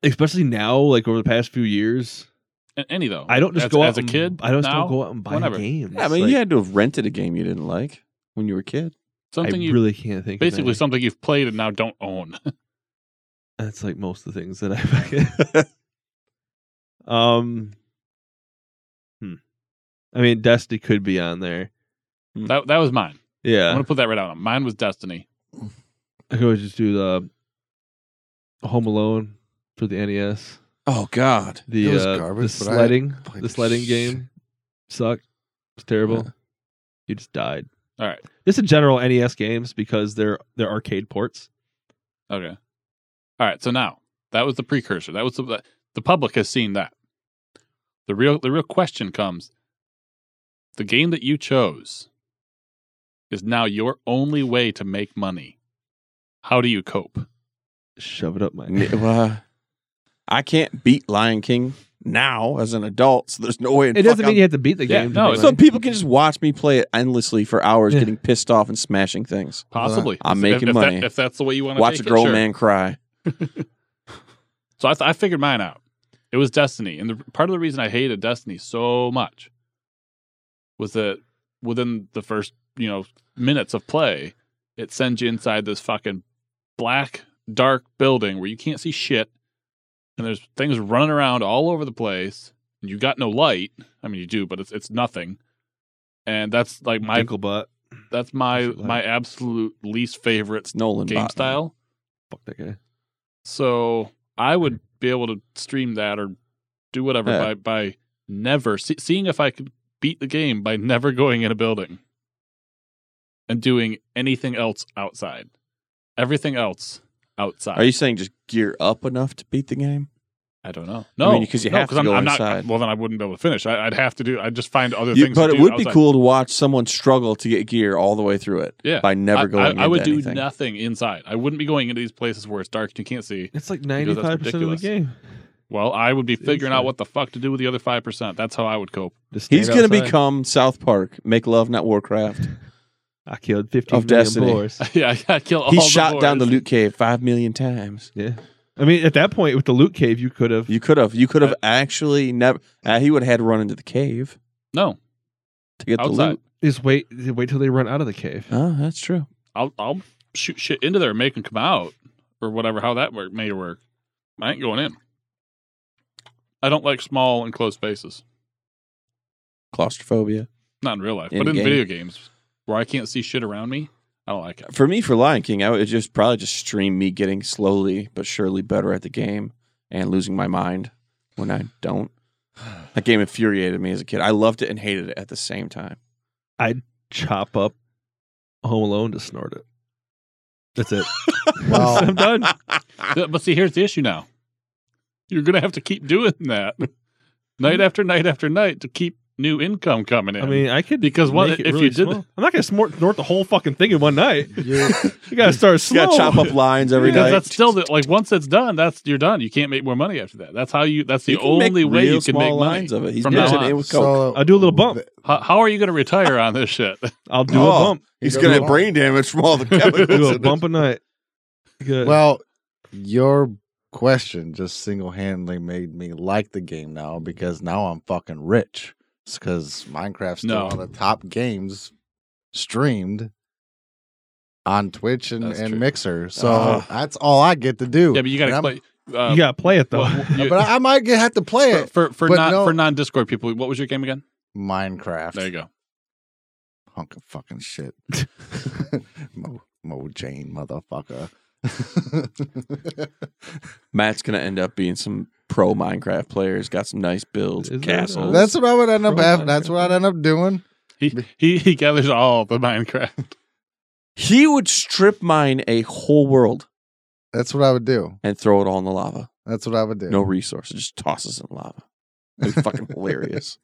S3: especially now, like over the past few years,
S2: a- Any though.
S3: mm. I don't just
S2: As-
S3: go out
S2: as a
S3: and-
S2: kid.
S3: I don't just
S2: now,
S3: don't go out and buy
S2: whenever.
S3: games.
S4: Yeah, I mean,
S3: Like,
S4: you had to have rented a game you didn't like when you were a kid.
S2: something
S3: I
S2: you
S3: really can't think. Mm. of
S2: basically
S3: any.
S2: something you've played and now don't own.
S3: That's like most of the things that I Um hmm. I mean Dusty could be on there.
S2: that that was mine. I'm
S3: Yeah.
S2: gonna put that right out. Mine was Destiny.
S3: I could always just do the Home Alone for the NES.
S4: Oh God.
S3: The
S1: It was
S3: uh,
S1: garbage,
S3: the
S1: but I
S3: sledding
S1: played
S3: the
S1: the
S3: sledding
S1: shit.
S3: game sucked. It's terrible.
S4: Yeah.
S3: You just died.
S2: All right.
S3: Just in general NES games because they're they're arcade ports.
S2: Okay. All right. So now that was the precursor. That was the the public has seen that. The real the real question comes: the game that you chose is now your only way to make money. How do you cope?
S3: Shove it up my
S4: N- well, I can't beat Lion King now as an adult, so there's no way. in
S3: It
S4: fuck
S3: doesn't
S4: I'm-
S3: mean you have to beat the
S2: Yeah,
S3: game. to
S2: no,
S3: make
S2: it's
S4: so
S3: money.
S4: people can just watch me play it endlessly for hours,
S3: Yeah.
S4: getting pissed off and smashing things.
S2: Possibly,
S4: I'm
S2: If-
S4: making
S2: if that-
S4: money.
S2: if that's the way you want to
S4: Watch a grown man cry.
S2: So I, th- I figured mine out. It was Destiny, and the part of the reason I hated Destiny so much was that within the first you know minutes of play, it sends you inside this fucking black dark building where you can't see shit, and there's things running around all over the place, and you got no light. I mean, you do, but it's it's nothing. And that's like my
S3: Dinkle butt.
S2: that's my
S3: Dinkle-
S2: my absolute least favorite
S4: It's Nolan
S2: game
S4: Botman.
S2: style.
S3: Fuck that guy.
S2: So I would be able to stream that or do whatever
S4: Mm-hmm. Yeah.
S2: by by never see, seeing if I could beat the game by never going in a building and doing anything else outside. Everything else outside.
S4: Are you saying just gear up enough to beat the game?
S2: I don't know. No,
S4: mean, 'cause you
S2: no,
S4: have to
S2: I'm,
S4: go
S2: I'm not.
S4: inside.
S2: Well, then I wouldn't be able to finish. I, I'd have to do. I'd just find other
S4: You-
S2: things.
S4: but
S2: to
S4: it
S2: do
S4: would be
S2: outside.
S4: cool to watch someone struggle to get gear all the way through it
S2: Yeah,
S4: by never
S2: I,
S4: going.
S2: I, I
S4: into
S2: would
S4: anything.
S2: do nothing inside. I wouldn't be going into these places where it's dark and you can't see.
S3: It's like
S2: know,
S3: ninety
S2: that's
S3: five percent of the
S2: ridiculous.
S3: game.
S2: Well, I would be
S3: It's
S2: figuring out
S3: inside.
S2: what the fuck to do with the other five percent. That's how I would cope.
S3: Just
S4: He's
S3: stand
S4: going to
S3: outside.
S4: become South Park, Make Love, Not Warcraft.
S3: I killed fifteen
S4: of
S3: million
S4: Destiny.
S3: boars.
S2: yeah, I kill.
S4: He
S2: all the
S4: shot down the
S2: boys.
S4: loot cave five million times.
S3: Yeah, I mean, at that point with the loot cave, you could have.
S4: You could have, you could have actually never. Uh, he would have had to run into the cave
S2: No,
S4: to get the
S2: outside.
S4: loot.
S3: Just wait, wait till they run out of the cave.
S4: Oh, that's true.
S2: I'll I'll shoot shit into there, and make them come out, or whatever. How that work may work. I ain't going in. I don't like small enclosed spaces.
S4: Claustrophobia.
S2: Not in real life,
S4: In
S2: but in
S4: game.
S2: video games where I can't see shit around me. I don't like it.
S4: For me, for Lion King, I would just probably just stream me getting slowly but surely better at the game and losing my mind when I don't. That game infuriated me as a kid. I loved it and hated it at the same time.
S3: Chop up Home Alone to snort it. That's it.
S1: Well-
S3: I'm done.
S2: Th- But see, here's the issue now. You're gonna have to keep doing that, night after night after night, to keep new income coming in.
S3: I mean, I could
S2: Because one-
S3: make it
S2: if
S3: really
S2: you did-
S3: small. I'm not gonna snort, snort the whole fucking thing in one night.
S1: You're-
S3: You gotta start
S4: You
S3: slow.
S4: got to chop up lines every
S2: because
S4: night.
S2: that's still the, like once it's done, that's you're done. You can't make more money after that. That's how you. That's the
S4: You can make
S2: only way
S4: real
S2: you can
S4: small
S2: make money.
S4: lines of it. He's
S2: from
S4: mixing
S2: now
S4: it
S2: on.
S4: with Coke.
S3: I'll do a little bump.
S2: How, how are you gonna retire on this shit?
S3: I'll do a
S4: Oh.
S3: bump.
S4: He's
S1: Go
S4: gonna have
S1: on.
S4: brain damage from all the
S3: Do a
S4: chemicals.
S3: bump a night. Good.
S1: Well, your question just single handedly made me like the game now because now I'm fucking rich. It's because Minecraft's still
S2: No.
S1: one of the top games streamed on Twitch and,
S2: That's
S1: and
S2: true. Ah.
S1: Mixer. So
S4: Ugh.
S1: that's all I get to do.
S2: yeah, but you gotta
S1: And I'm-
S2: play. Uh,
S3: you gotta play it though.
S2: well, you-
S1: But I I might get, have to play
S2: for
S1: it.
S2: for, for
S1: but
S2: non
S1: no-
S2: for non Discord people, what was your game again?
S1: Minecraft.
S2: There you go.
S1: Punk of fucking shit. Mo, Mo Jane, motherfucker.
S4: Matt's gonna end up being some pro Minecraft players. Got some nice builds,
S3: Is there-
S4: castles.
S1: that's what I would end up
S3: Pro
S1: having. That's
S3: Minecraft.
S1: what I'd end up doing.
S2: He he he gathers all the Minecraft.
S4: he would strip mine a whole world
S1: That's what I would do.
S4: and throw it all in the lava.
S1: That's what I would do.
S4: No resources, just tosses it in lava. It'd be fucking hilarious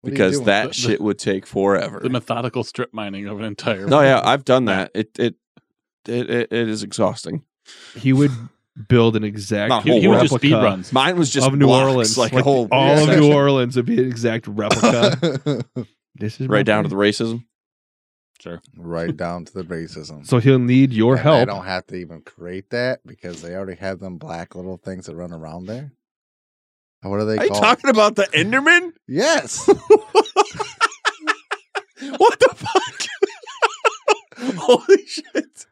S1: What are you
S4: because
S1: doing?
S4: that
S2: The-
S4: shit would take forever.
S2: The methodical strip mining of an entire.
S4: No, yeah, I've done that. It it it it, it is exhausting.
S3: he would build an exact
S4: Not
S2: he, he would just
S3: replica
S2: speed runs.
S4: Mine was just
S3: of New
S4: blocks,
S3: Orleans,
S4: like, a whole
S3: all of
S4: section.
S3: New Orleans would be an exact replica. this is my
S4: right down to the
S3: thing.
S4: racism.
S1: right down to the racism.
S3: So he'll need your
S1: And
S3: help.
S1: They don't have to even create that because they already have them black little things that run around there. What are they
S4: Are you
S1: called?
S4: talking about the Enderman?
S1: yes.
S4: What the fuck? Holy shit!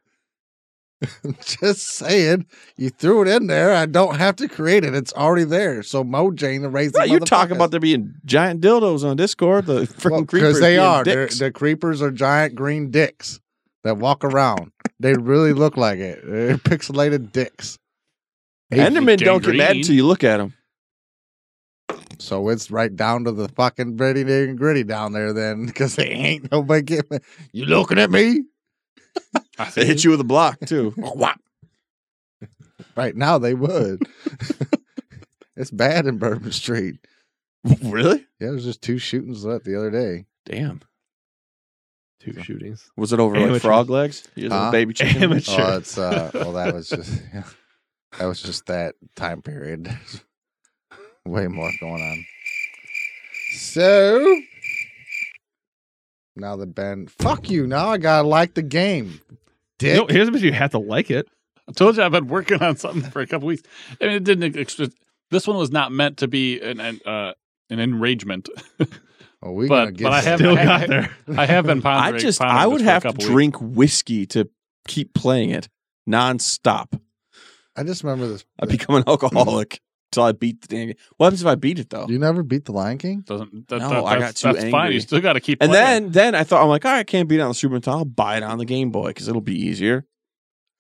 S1: Just saying. You threw it in there. I don't have to create it. It's already there. So Mojang, the raisin.
S4: No, you're talking about there being giant dildos on Discord. The freaking creepers
S1: they
S4: being
S1: are. They're-
S4: dicks.
S1: The creepers are giant green dicks that walk around. They really look like it. They're pixelated dicks.
S4: Endermen don't get mad
S2: Gangrene.
S4: until you look at them.
S1: So it's right down to the fucking gritty and gritty down there then, because they ain't nobody getting. You looking at me?
S2: I see
S4: They hit you with a block too.
S1: Whap. Right now they would. it's bad in Bourbon Street.
S4: really?
S1: Yeah, there's just two shootings left the other day.
S4: Damn.
S3: Two shootings.
S4: Was it over
S3: Amateur.
S4: like frog legs? You just
S1: Huh?
S4: a baby chicken.
S3: Amateur. Sure.
S1: Oh, it's uh, well, that was just yeah, that was just that time period. There's Way more going on. So now that Ben, fuck you. Now I gotta like the game. Dick.
S3: No, here's what you have to like it.
S2: I told you I've been working on something for a couple weeks. I mean, it didn't. Ex- this one was not meant to be an an, uh, an enragement.
S1: Oh, we
S2: But-
S1: gonna get
S2: but I have-
S3: Still
S2: I-
S3: got there.
S2: I have been pondering.
S4: I just
S2: pondering
S4: I
S2: this
S4: would
S2: for a
S4: have to
S2: couple weeks.
S4: drink whiskey to keep playing it nonstop.
S1: I just remember this.
S4: I become an alcoholic until I beat the damn game. What happens if I beat it though?
S1: You never beat the Lion King?
S2: Doesn't that,
S4: No,
S2: that-
S4: I got
S2: that's,
S4: too
S2: that's fine. You
S4: angry.
S2: still got to keep.
S4: and
S2: playing.
S4: then then I thought I'm like, all right, I can't beat it on the Super Nintendo. I'll buy it on the Game Boy because it'll be easier.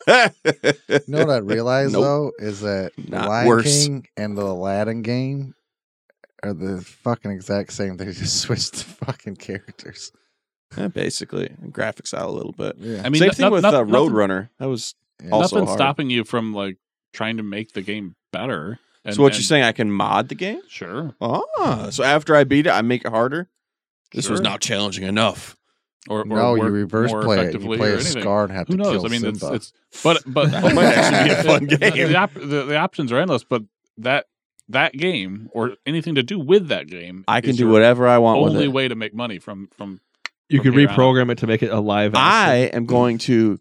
S4: no,
S1: You know what I realized
S4: Nope.
S1: though is that
S4: Not
S1: Lion
S4: worse.
S1: King and the Aladdin game are the fucking exact same. They just switched the fucking characters.
S4: Eh, basically and graphics out a little bit.
S1: Yeah.
S2: I mean,
S4: Same
S2: no-
S4: thing
S2: no-
S4: with
S2: no-
S4: uh,
S2: nothing-
S4: Roadrunner. That was
S1: Yeah.
S4: also
S2: Nothing's
S4: hard.
S2: stopping you from like trying to make the game better. And-
S4: so what
S2: and-
S4: you're saying? I can mod the game.
S2: Sure.
S4: Ah, so after I beat it, I make it harder. This was
S2: Sure.
S4: not challenging enough.
S2: Or, or
S1: no, you
S2: work
S1: reverse
S2: more
S1: play it. You
S2: effectively
S1: play
S2: or
S1: a
S2: anything.
S1: scar and have
S2: Who
S1: to
S2: knows?
S1: kill
S2: I mean, it's,
S1: Simba.
S2: it's but but
S4: That might actually be a fun
S2: the-
S4: game.
S2: The, op- the, the options are endless, but that that game or anything to do with that game,
S4: I can
S2: is
S4: do
S2: your
S4: whatever I want with
S2: Only
S4: it.
S2: way to make money from from
S3: You
S2: From
S3: can
S2: here on out.
S3: reprogram it to make it a live.
S4: I
S3: action.
S4: am going to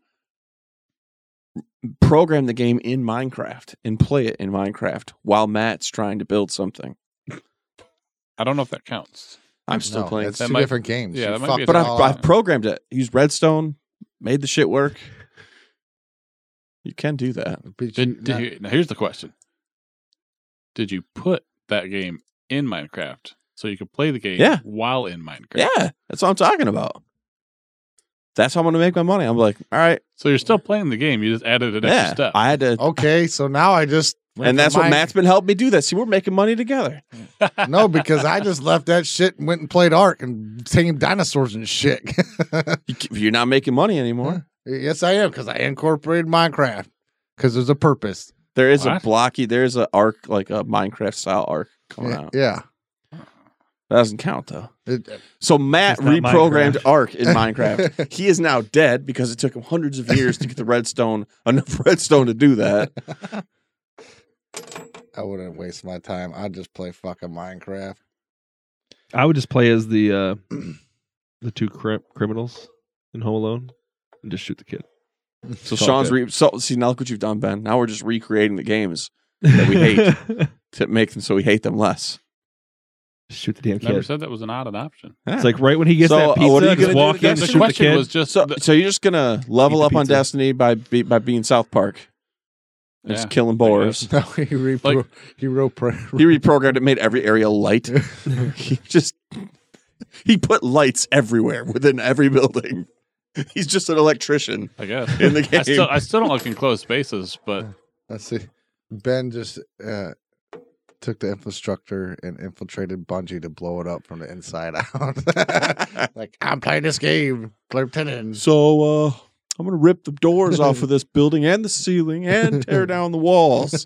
S4: program the game in Minecraft and play it in Minecraft while Matt's trying to build something.
S2: I don't know if that counts.
S4: I'm still
S1: No,
S4: playing,
S1: It's
S2: That
S1: two
S2: might-
S1: different games.
S2: yeah,
S1: You
S2: that might
S1: fucked
S2: be a
S1: it
S4: but I've,
S1: all
S4: I've
S1: up.
S4: programmed it. Used redstone, made the shit work. You can do that.
S1: But you-
S2: Did, did
S1: not-
S2: you, now here's the question: Did you put that game in Minecraft so you could play the game
S4: Yeah.
S2: while in Minecraft?
S4: Yeah, that's what I'm talking about. That's how I'm going to make my money. I'm like, all right,
S2: So you're still playing the game. You just added an
S4: yeah.
S1: Oh,
S2: extra step.
S4: I had to.
S1: Okay, so now I just Went
S4: and
S1: from
S4: that's
S1: my-
S4: what Matt's been helping me do. That see, we're making money together.
S1: No, because I just left that shit and went and played Ark and tamed dinosaurs and shit.
S4: You c- You're not making money anymore.
S1: yes, I am because I incorporated Minecraft because there's a purpose.
S4: There is
S2: What?
S4: a blocky. There is a arc like a Minecraft style arc coming
S1: Yeah,
S4: out.
S1: yeah.
S4: That doesn't count though.
S1: It-
S4: So Matt
S3: It's not
S4: reprogrammed Ark in Minecraft. he is now dead because it took him hundreds of years to get the redstone enough redstone to do that.
S1: I wouldn't waste my time. I'd just play fucking Minecraft.
S3: I would just play as the uh the two cri- criminals in Home Alone and just shoot the kid.
S4: So
S3: It's all
S4: Sean's
S3: good.
S4: re- so see now look what you've done, Ben. Now we're just recreating the games That we hate. to make them so we hate them less.
S3: shoot the damn kid.
S2: Never said that was an odd an option.
S3: It's like right when he gets
S4: So,
S3: that
S4: uh,
S3: pizza,
S4: what are you
S3: just
S4: gonna do
S3: walk
S4: with that?
S3: in,
S4: The
S2: The
S3: shoot the
S2: question
S3: kid.
S2: was just
S4: So
S2: the-
S4: so you're just gonna level
S3: Eat the
S4: up on
S3: pizza.
S4: Destiny by be, by being South Park. And
S2: Yeah,
S4: Just killing boars.
S1: No, he repro-
S2: Like-
S1: he repro-
S4: He reprogrammed it, made every area light. he just he put lights everywhere within every building. He's just an electrician
S2: I guess.
S4: in the game.
S2: I still, I still don't like enclosed spaces, but
S1: Let's see. Ben just uh, took the infrastructure and infiltrated Bungie to blow it up from the inside out. like, I'm playing this game, Lieutenant.
S4: So uh, I'm gonna rip the doors off of this building and the ceiling and tear down the walls.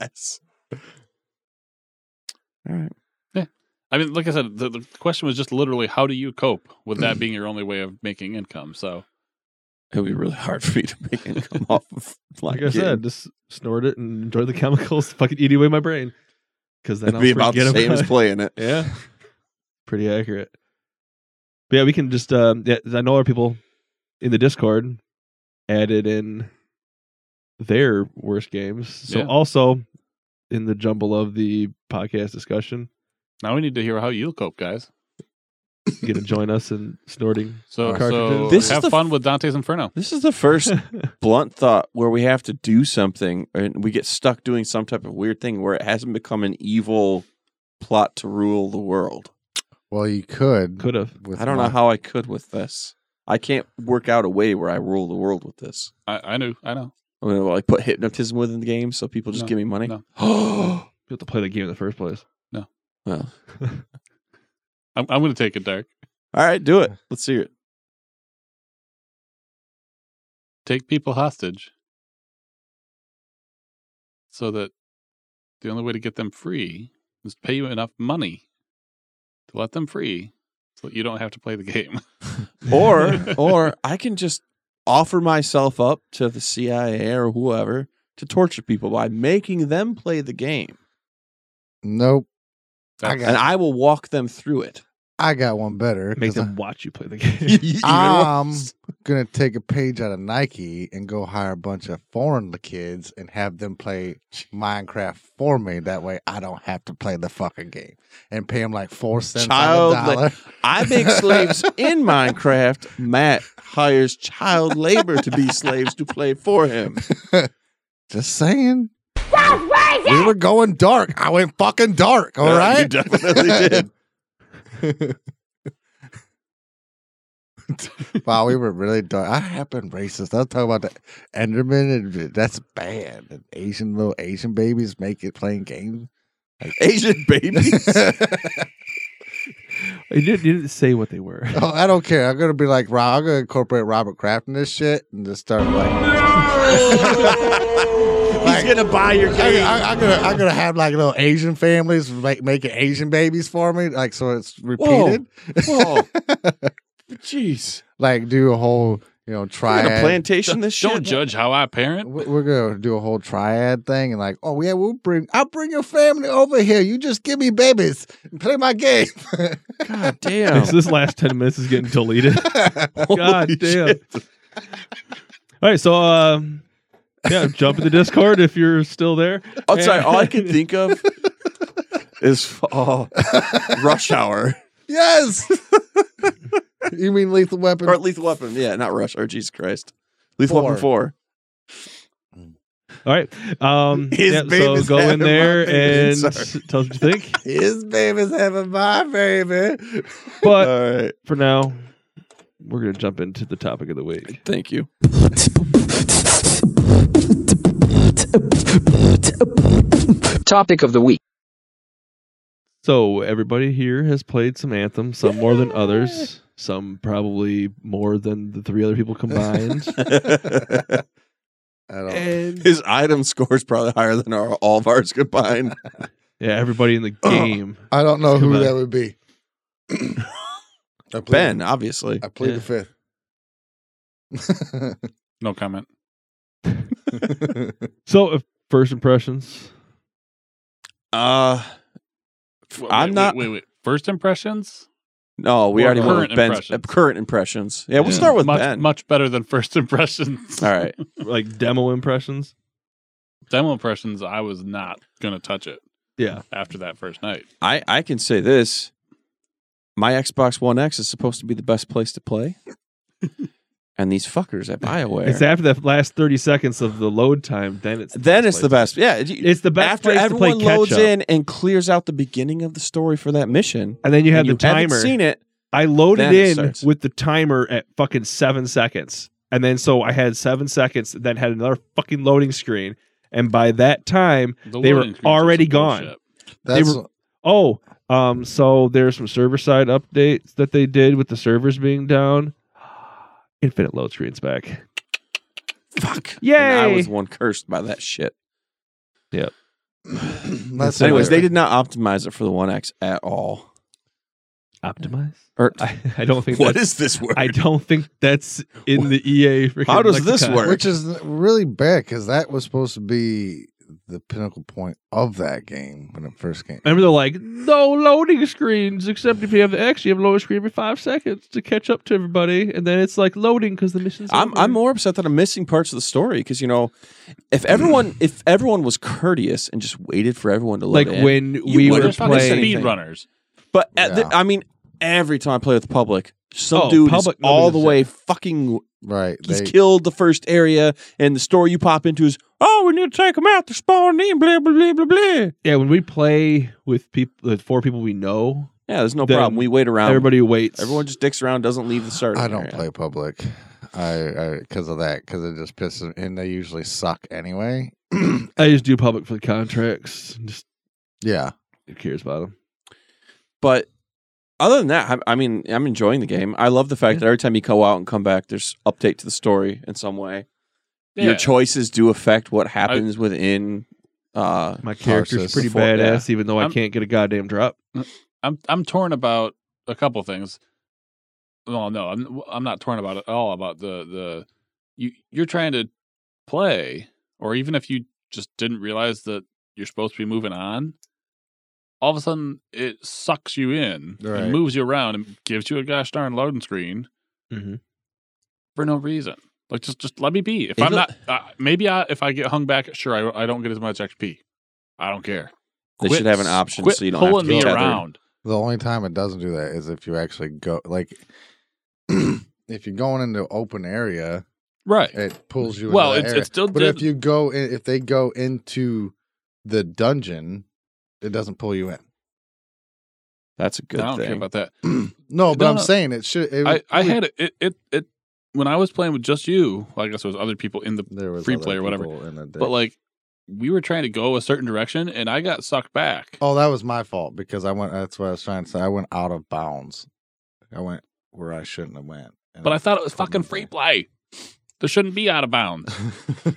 S4: yes. All right.
S2: I mean, like I said, the, the question was just literally how do you cope with that being your only way of making income? So
S4: It would be really hard for me to make income off of
S3: like I said, just snort it and enjoy the chemicals. Fucking eat away my brain. Because then
S4: It'd
S3: I'll
S4: be about the
S3: forget
S4: same
S3: about
S4: as
S3: it.
S4: playing it.
S3: Yeah. Pretty accurate. But yeah, we can just um yeah, I know our people in the Discord added in their worst games. So
S2: Yeah.
S3: also in the jumble of the podcast discussion,
S2: now we need to hear how you cope, guys.
S3: you get to join us in snorting.
S2: So, so
S3: Cartridges.
S4: This is
S2: have
S4: the-
S2: fun with Dante's Inferno.
S4: This is the first blunt thought where we have to do something and we get stuck doing some type of weird thing where it hasn't become an evil plot to rule the world.
S1: Well, you could.
S3: Could have.
S1: With
S4: I don't know
S1: Mon-
S4: how I could with this. I can't work out a way where I rule the world with this.
S2: I, I knew, I know.
S4: I'm gonna like put hypnotism within the game so people just
S2: No,
S4: give me money.
S2: no.
S4: Oh,
S3: You have to play the game in the first place.
S4: well,
S2: I'm, I'm going to take it dark.
S4: all right, do it. Let's hear it.
S2: Take people hostage, so that the only way to get them free is to pay you enough money to let them free, so that you don't have to play the game.
S4: Or or I can just offer myself up to the CIA or whoever to torture people by making them play the game,
S1: Nope. I
S2: That's-
S1: got,
S4: and I will walk them through it.
S1: I got one better. 'cause
S3: Make them watch you play the game.
S4: Even
S1: I'm
S4: worse.
S1: gonna take a page out of Nike and go hire a bunch of foreign kids and have them play Minecraft for me. That way, I don't have to play the fucking game and pay them like four cents
S4: Child
S1: on the dollar.
S4: I make slaves in Minecraft. Matt hires child labor to be slaves to play for him.
S1: Just saying,
S5: That's crazy!
S1: we were going dark. I went fucking dark. All
S4: You
S1: right,
S4: definitely did.
S1: wow, we were really dark. I have been racist. I was talking about the Enderman, and that's bad. And Asian little Asian babies make it playing games.
S4: Asian babies.
S3: you, didn't, you didn't say what they were.
S1: Oh, I don't care. I'm gonna be like, Rob, I'm gonna incorporate Robert Kraft in this shit and just start like,
S4: He's gonna buy your
S1: I,
S4: game.
S1: I, I'm gonna, I'm gonna have like little Asian families like making Asian babies for me, like so it's repeated.
S4: Whoa. Jeez.
S1: Like do a whole, you know,
S4: We're in a
S1: triad.
S4: plantation this shit.
S2: don't judge how I parent.
S1: We- We're gonna do a whole triad thing and like, oh yeah, we'll bring, I'll bring your family over here. You just give me babies and play my game.
S4: God damn.
S3: This- this last 10 minutes is getting deleted. God damn.
S4: Holy shit.
S3: All right, so um, yeah, jump in the Discord if you're still there.
S4: I'm Oh, sorry. All I can think of is oh, Rush Hour
S1: yes. you mean Lethal Weapon?
S4: or Lethal Weapon. Yeah, not Rush. Or Jesus Christ, Lethal Weapon Four.
S3: All right, um,
S4: His
S3: yeah,
S4: babe
S3: so
S4: is
S3: go in
S4: having
S3: there
S4: my baby,
S3: and
S4: sorry.
S3: tell us what you think.
S1: His baby's having my baby.
S3: But
S4: All right.
S3: for now, we're gonna jump into the topic of the week.
S4: Thank you.
S7: Topic of the week.
S3: So everybody here has played some Anthem, some more than others, some probably more than the three other people combined.
S1: I don't.
S3: and
S4: His item score is probably higher than our, all of ours combined.
S3: yeah, everybody in the
S4: Uh-huh.
S3: game.
S1: I don't know
S3: Come
S1: who
S3: on.
S1: that would be. I plead,
S4: Ben, obviously.
S1: I plead
S3: Yeah.
S1: the fifth.
S2: No comment.
S3: So uh, first impressions.
S4: Uh,
S2: Wait,
S4: I'm
S2: wait,
S4: not-
S2: Wait, wait. First impressions?
S4: no, we
S2: Or
S4: already went with
S2: current
S4: Ben's
S2: impressions.
S4: uh, current impressions. Yeah, we'll
S3: Yeah.
S4: start with
S2: much,
S4: Ben.
S2: Much better than first impressions.
S4: All right.
S3: like demo impressions.
S2: Demo impressions, I was not going to touch it
S3: Yeah.
S2: after that first night.
S4: I, I can say this. My Xbox One X is supposed to be the best place to play. and these fuckers at BioWare.
S3: It's after the last 30 seconds of the load time, then it's
S4: then it's the best. Yeah. you-
S3: It's the best
S4: after
S3: place to play
S4: everyone loads
S3: catch up.
S4: in and clears out the beginning of the story for that mission,
S3: And then you have
S4: and
S3: the
S4: you haven't
S3: timer.
S4: seen it.
S3: I loaded
S4: Then it
S3: in
S4: starts.
S3: with the timer at fucking seven seconds. And then so I had seven seconds, then had another fucking loading screen. And by that time,
S2: The
S3: They were
S2: loading screens are
S3: already
S2: some
S3: gone.
S2: bullshit.
S1: That's
S3: were- oh, um, so there's some server side updates that they did with the servers being down. Infinite load screens back.
S4: Fuck.
S3: Yay.
S4: And I was the one cursed by that shit.
S1: that's
S4: Anyways, they
S1: hilarious.
S4: did not optimize it for the One X at all.
S3: Optimize?
S4: Or
S3: I, I don't think
S4: what
S3: that's-
S4: is this word?
S3: I don't think that's in the EA. freaking
S4: How does this
S3: lexicon.
S4: work?
S1: which is really bad because that was supposed to be the pinnacle point of that game when it first came.
S3: Remember, they're like, no loading screens, except if you have the X, you have a loading screen every five seconds to catch up to everybody. And then it's like loading because the mission's.
S4: I'm
S3: over.
S4: I'm more upset that I'm missing parts of the story because you know, if everyone if everyone was courteous and just waited for everyone to
S3: Like
S4: load in,
S3: when we
S4: You
S2: We're
S3: were
S2: just fucking
S4: playing-
S3: playing.
S2: speedrunners.
S4: but at the-
S1: Yeah.
S4: I mean, every time I play with the public, some
S3: Oh,
S4: dude
S3: public,
S4: is all the
S3: nobody
S4: way fucking.
S1: Right.
S4: He's
S1: They,
S4: killed the first area, and the store you pop into is, oh, we need to take them out. They're spawning in, blah blah blah blah blah.
S3: Yeah, when we play with people, with four people we know,
S4: Yeah, there's no
S3: Then
S4: problem. We wait around.
S3: everybody waits.
S4: Um, everyone just dicks around, doesn't leave the start.
S1: I don't
S4: area.
S1: play public. I because of that because it just pisses and they usually suck anyway.
S3: I just do public for the contracts. Just
S1: Yeah.
S3: who cares about them?
S4: But other than that, I, I mean, I'm enjoying the game. I love the fact that every time you go out and come back, there's update to the story in some way. Your
S2: Yeah.
S4: choices do affect what happens within. Uh,
S3: My character's
S1: Tarsus.
S3: pretty
S4: Before-
S3: badass, even though I'm, I
S2: I'm-
S3: can not get a goddamn drop.
S2: I'm I'm torn about a couple things. Well, no, I'm I'm not torn about it at all about the the you you're trying to play, or even if you just didn't realize that you're supposed to be moving on, all of a sudden it sucks you in
S1: Right.
S2: and moves you around and gives you a gosh darn loading screen
S4: Mm-hmm.
S3: Mhm.
S2: for no reason. Like just just let me be. If
S4: It
S2: I'm
S4: lo-
S2: not, uh, maybe I if I get hung back, sure I I don't get as much XP. I don't care.
S4: They should have an option
S2: quit
S4: so you don't have to
S2: pulling
S4: be
S2: me
S4: tethered.
S2: around.
S1: The only time it doesn't do that is if you actually go like if you're going into open area,
S2: Right.
S1: it pulls you.
S2: well,
S1: into
S2: it,
S1: that
S2: it
S1: area.
S2: still
S1: but
S2: did.
S1: if you go in, if they go into the dungeon, it doesn't pull you in.
S4: that's a good
S2: I don't care
S4: thing.
S2: about that.
S1: No, but
S2: No,
S1: I'm
S2: no.
S1: saying it should. It,
S2: I, I had it, it it it when I was playing with just you. Well, I guess there was other people in the,
S1: there was
S2: free
S1: other
S2: play or whatever,
S1: people in the day.
S2: but like we were trying to go a certain direction, and I got sucked back.
S1: Oh, that was my fault because I went. That's what I was trying to say. I went out of bounds. I went where I shouldn't have went. And
S2: But I
S1: it-
S2: thought it was fucking free play. There shouldn't be out of bounds.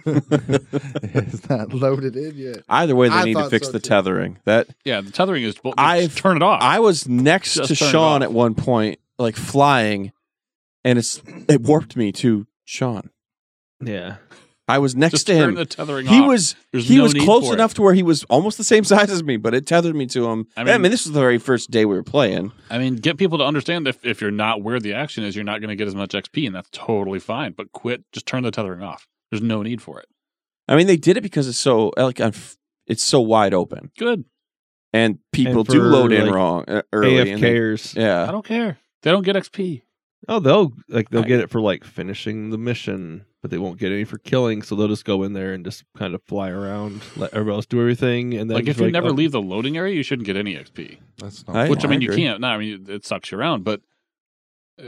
S1: it's not loaded in yet.
S4: Either way, they
S1: I
S4: need to
S1: thought
S4: fix
S1: so,
S4: the
S1: too.
S4: tethering. That
S2: Yeah, the tethering is. bull-
S4: I've-
S2: turn it off.
S4: I was next
S2: Just
S4: to
S2: turn it
S4: Sean
S2: off.
S4: at one point, like flying, and it's it warped me to Sean.
S3: Yeah.
S4: I was next
S2: just
S4: to
S2: turn
S4: him.
S2: the tethering
S4: he
S2: off.
S4: was
S2: There's
S4: he
S2: no
S4: was
S2: need
S4: close
S2: for it.
S4: enough to where he was almost the same size as me, but it tethered me to him.
S2: I
S4: I mean,
S2: mean-
S4: this was the very first day we were playing.
S2: I mean, get people to understand if if you're not where the action is, you're not going to get as much XP, and that's totally fine. But quit. Just turn the tethering off. There's no need for it.
S4: I mean, they did it because it's so like I'm f- it's so wide open,
S2: Good.
S4: and people
S3: And
S4: do
S3: for,
S4: load in
S3: like,
S4: wrong uh, early. and they-
S3: AFKers.
S2: I
S4: yeah,
S2: don't care. They don't get XP.
S3: Oh, they'll like they'll
S4: I-
S3: get it for like finishing the mission, but they won't get any for killing. So they'll just go in there and just kind of fly around, let everybody else do everything, and then
S2: Like
S3: just
S2: if you
S3: like,
S2: never
S3: oh,
S2: leave the loading area, you shouldn't get any XP.
S1: That's
S4: I-
S1: not.
S2: Which I
S1: fun.
S2: mean, you
S4: agree.
S2: can't. No, I mean it sucks you around, but uh,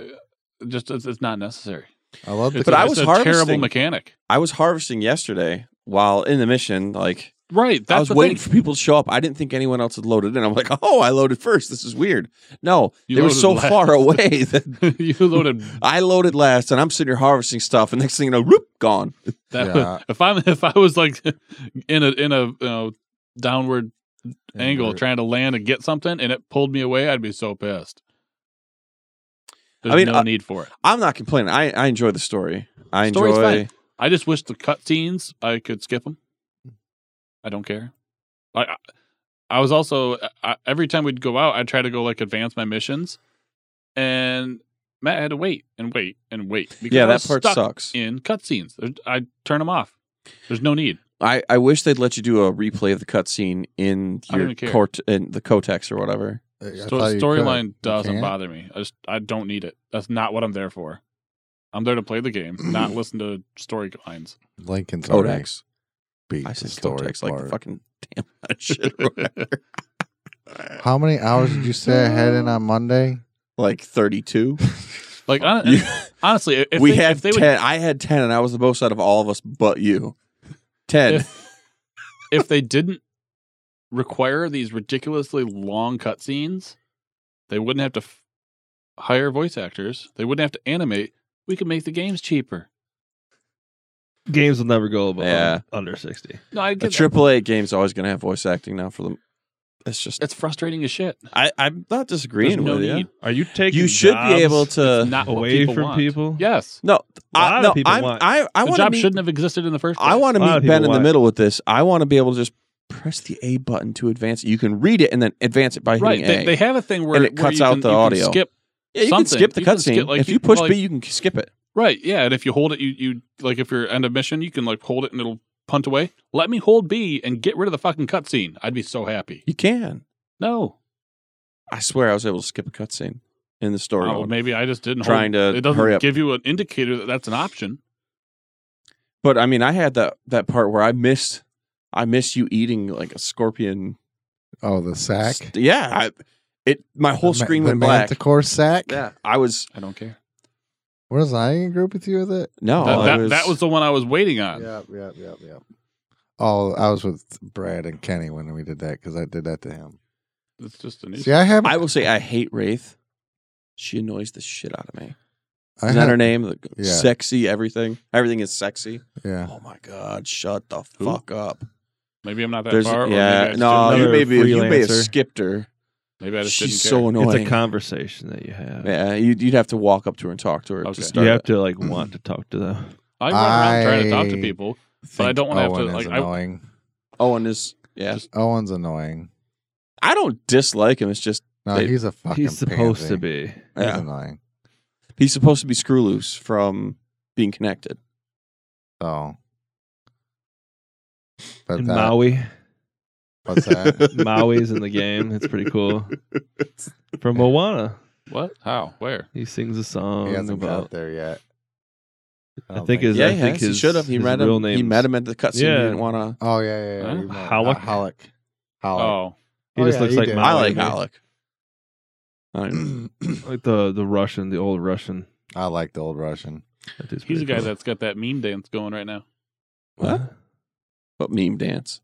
S2: just it's, it's not necessary.
S1: I love the.
S2: It's,
S4: But I
S2: it's
S4: was
S2: a
S4: harvesting-
S2: terrible mechanic.
S4: I was harvesting yesterday while in the mission. Like
S2: Right. That's
S4: I was
S2: the
S4: waiting
S2: thing.
S4: for people to show up. I didn't think anyone else had loaded in. I'm like, oh, I loaded first. This is weird. No,
S2: You
S4: they were
S2: loaded
S4: so
S2: last.
S4: far away that
S2: you loaded
S4: I loaded last, and I'm sitting here harvesting stuff, and next thing you know, whoop, gone.
S2: that.
S1: Yeah.
S2: if I'm if I was like in a in a you know, downward angle
S1: Angle.
S2: trying to land and get something, and it pulled me away, I'd be so pissed. There's
S4: I mean, uh,
S2: no
S4: I-
S2: need for it.
S4: I'm not complaining. I, I enjoy the story. I
S2: Story's
S4: enjoy.
S2: fine. I just wish the cutscenes I could skip them. I don't care. I I- I was also uh, I, every time we'd go out, I'd try to go like advance my missions, and Matt had to wait and wait and wait because
S4: Yeah,
S2: I was
S4: that part
S2: stuck
S4: sucks.
S2: in cutscenes. There- I turn them off. There's no need.
S4: I, I wish they'd let you do a replay of the cutscene in
S2: I don't
S4: your
S2: even care.
S4: court in the codex or whatever.
S1: I
S2: Sto-
S1: thought you could.
S2: storyline doesn't
S1: can't?
S2: bother me. I just I don't need it. That's not what I'm there for. I'm there to play the game, not listen to storylines.
S1: Lincoln's already
S4: Codex.
S1: beat
S4: I
S1: the
S4: said
S1: story
S4: codex like the
S1: part.
S4: fucking damn shit. or whatever.
S1: How many hours did you say I had in on Monday?
S4: like 32.
S2: Like hon-
S4: You-
S2: honestly, if
S4: we
S2: they,
S4: had
S2: if they
S4: 10.
S2: would
S4: I had 10, and I was the most out of all of us but you. 10.
S2: if, if they didn't require these ridiculously long cutscenes, they wouldn't have to f- hire voice actors. They wouldn't have to animate. We could make the games cheaper.
S3: Games will never go above
S4: Yeah.
S3: under sixty.
S2: No, I
S4: A
S2: get that.
S4: triple A game's always going to have voice acting now for them. It's just
S2: It's frustrating as shit.
S4: I, I'm not
S2: There's
S4: disagreeing
S2: no
S4: with Uh,
S2: need.
S4: you.
S3: Are you taking?
S4: You should be able to.
S2: Not what
S3: away
S2: people
S3: from
S2: want.
S3: people?
S2: Yes,
S4: no,
S3: lot
S4: I,
S3: of
S4: no,
S3: people
S4: I'm,
S3: want-
S4: I I
S2: the
S4: want to
S2: job
S4: meet.
S2: shouldn't have existed in the first place.
S4: I want
S3: A
S4: to
S3: lot of
S4: meet
S3: people
S4: Ben in the
S3: want-
S4: middle with this. I want to be able to just press the A button to advance it. You can read it and then advance it by hitting
S2: right. They,
S4: A.
S2: they have a thing where
S4: And it
S2: where
S4: cuts
S2: you
S4: out
S2: can-
S4: the
S2: you can
S4: audio.
S2: skip
S4: yeah, you can
S2: something.
S4: skip the
S2: You can skip,
S4: cutscene.
S2: like,
S4: if
S2: you
S4: you push
S2: like-
S4: B, you can skip it.
S2: Right. Yeah. And if you hold it, you you like if you're end of mission, you can like hold it and it'll punt away. Let me hold B and get rid of the fucking cutscene. I'd be so happy.
S4: You can.
S2: No.
S4: I swear, I was able to skip a cutscene in the story.
S2: Oh,
S4: mode.
S2: maybe I just didn't.
S4: Trying
S2: hold,
S4: to
S2: It doesn't
S4: hurry up.
S2: give you an indicator that that's an option.
S4: But I mean, I had that that part where I missed. I missed you eating like a scorpion.
S1: Oh, the sack.
S4: st- yeah, I, it. My whole
S1: The ma-
S4: screen
S1: the
S4: went black.
S1: Manticore sack.
S4: Yeah, I was
S2: I don't care.
S1: Was I in group with you with it?
S4: no.
S2: that,
S4: Oh, I
S2: that, that was the one I was waiting on.
S1: Yep, yep, yep, yep. Oh, I was with Brad and Kenny when we did that because I did that to him.
S2: It's just an
S1: See,
S2: issue.
S1: I have.
S4: I will say I hate Wraith. She annoys the shit out of me.
S1: I
S4: Isn't
S1: have-
S4: that her name? The-
S1: Yeah. Uh.
S4: Sexy everything. Everything is sexy.
S1: Yeah.
S4: Oh my god! Shut the
S2: Who?
S4: fuck up.
S2: Maybe I'm not that
S4: There's
S2: far. or maybe I
S4: yeah
S2: just
S4: no.
S2: didn't-
S4: You
S3: Another
S4: maybe you may have
S3: freelancer.
S4: skipped her.
S2: maybe I just didn't
S4: She's
S2: care.
S4: so
S3: It's
S4: annoying.
S3: a conversation that you have.
S4: yeah, you'd, you'd have to walk up to her and talk to her
S2: Okay.
S4: to
S2: You
S4: start.
S3: you have
S4: it.
S3: to like want to talk to them.
S2: I run around trying to talk to
S1: I-
S2: people. But I don't wanna have to,
S1: Owen is
S2: like, I-
S1: annoying.
S4: Owen is Oh, yeah.
S1: Owen's annoying.
S4: I don't dislike him. It's just
S1: No,
S4: They-
S1: he's a fucking.
S3: He's supposed
S1: pansy.
S3: to be.
S1: He's
S4: yeah.
S1: annoying.
S4: He's supposed to be screw loose from being connected.
S1: So. But
S3: In
S1: that,
S3: Maui,
S1: what's that?
S3: Maui's in the game. It's pretty cool. From Moana,
S2: What? How? Where?
S3: he sings a song
S1: he hasn't got
S3: about.
S1: there yet. Oh
S3: I
S1: don't
S3: think his-
S4: Yeah,
S3: I
S4: he
S3: think
S4: has. He
S3: his-
S4: should have. He
S3: his
S4: met
S3: real
S4: him. He
S3: name's-
S4: met him at the cutscene. He
S3: Yeah.
S4: didn't want to.
S1: Oh yeah, yeah. yeah.
S2: Huh?
S1: you might-
S3: Halleck?
S1: Halleck. Halleck.
S2: Oh,
S3: He
S1: Oh,
S3: just
S1: yeah,
S3: looks
S1: he
S3: like
S1: did.
S3: Maui.
S4: I like
S3: to me.
S4: Alec. I don't
S3: Like the the Russian, the old Russian.
S2: Oh.
S1: I like the old Russian.
S3: That dude's
S2: he's the
S3: pretty
S2: guy
S3: cool.
S2: that's got that meme dance going right now.
S4: What? But meme dance.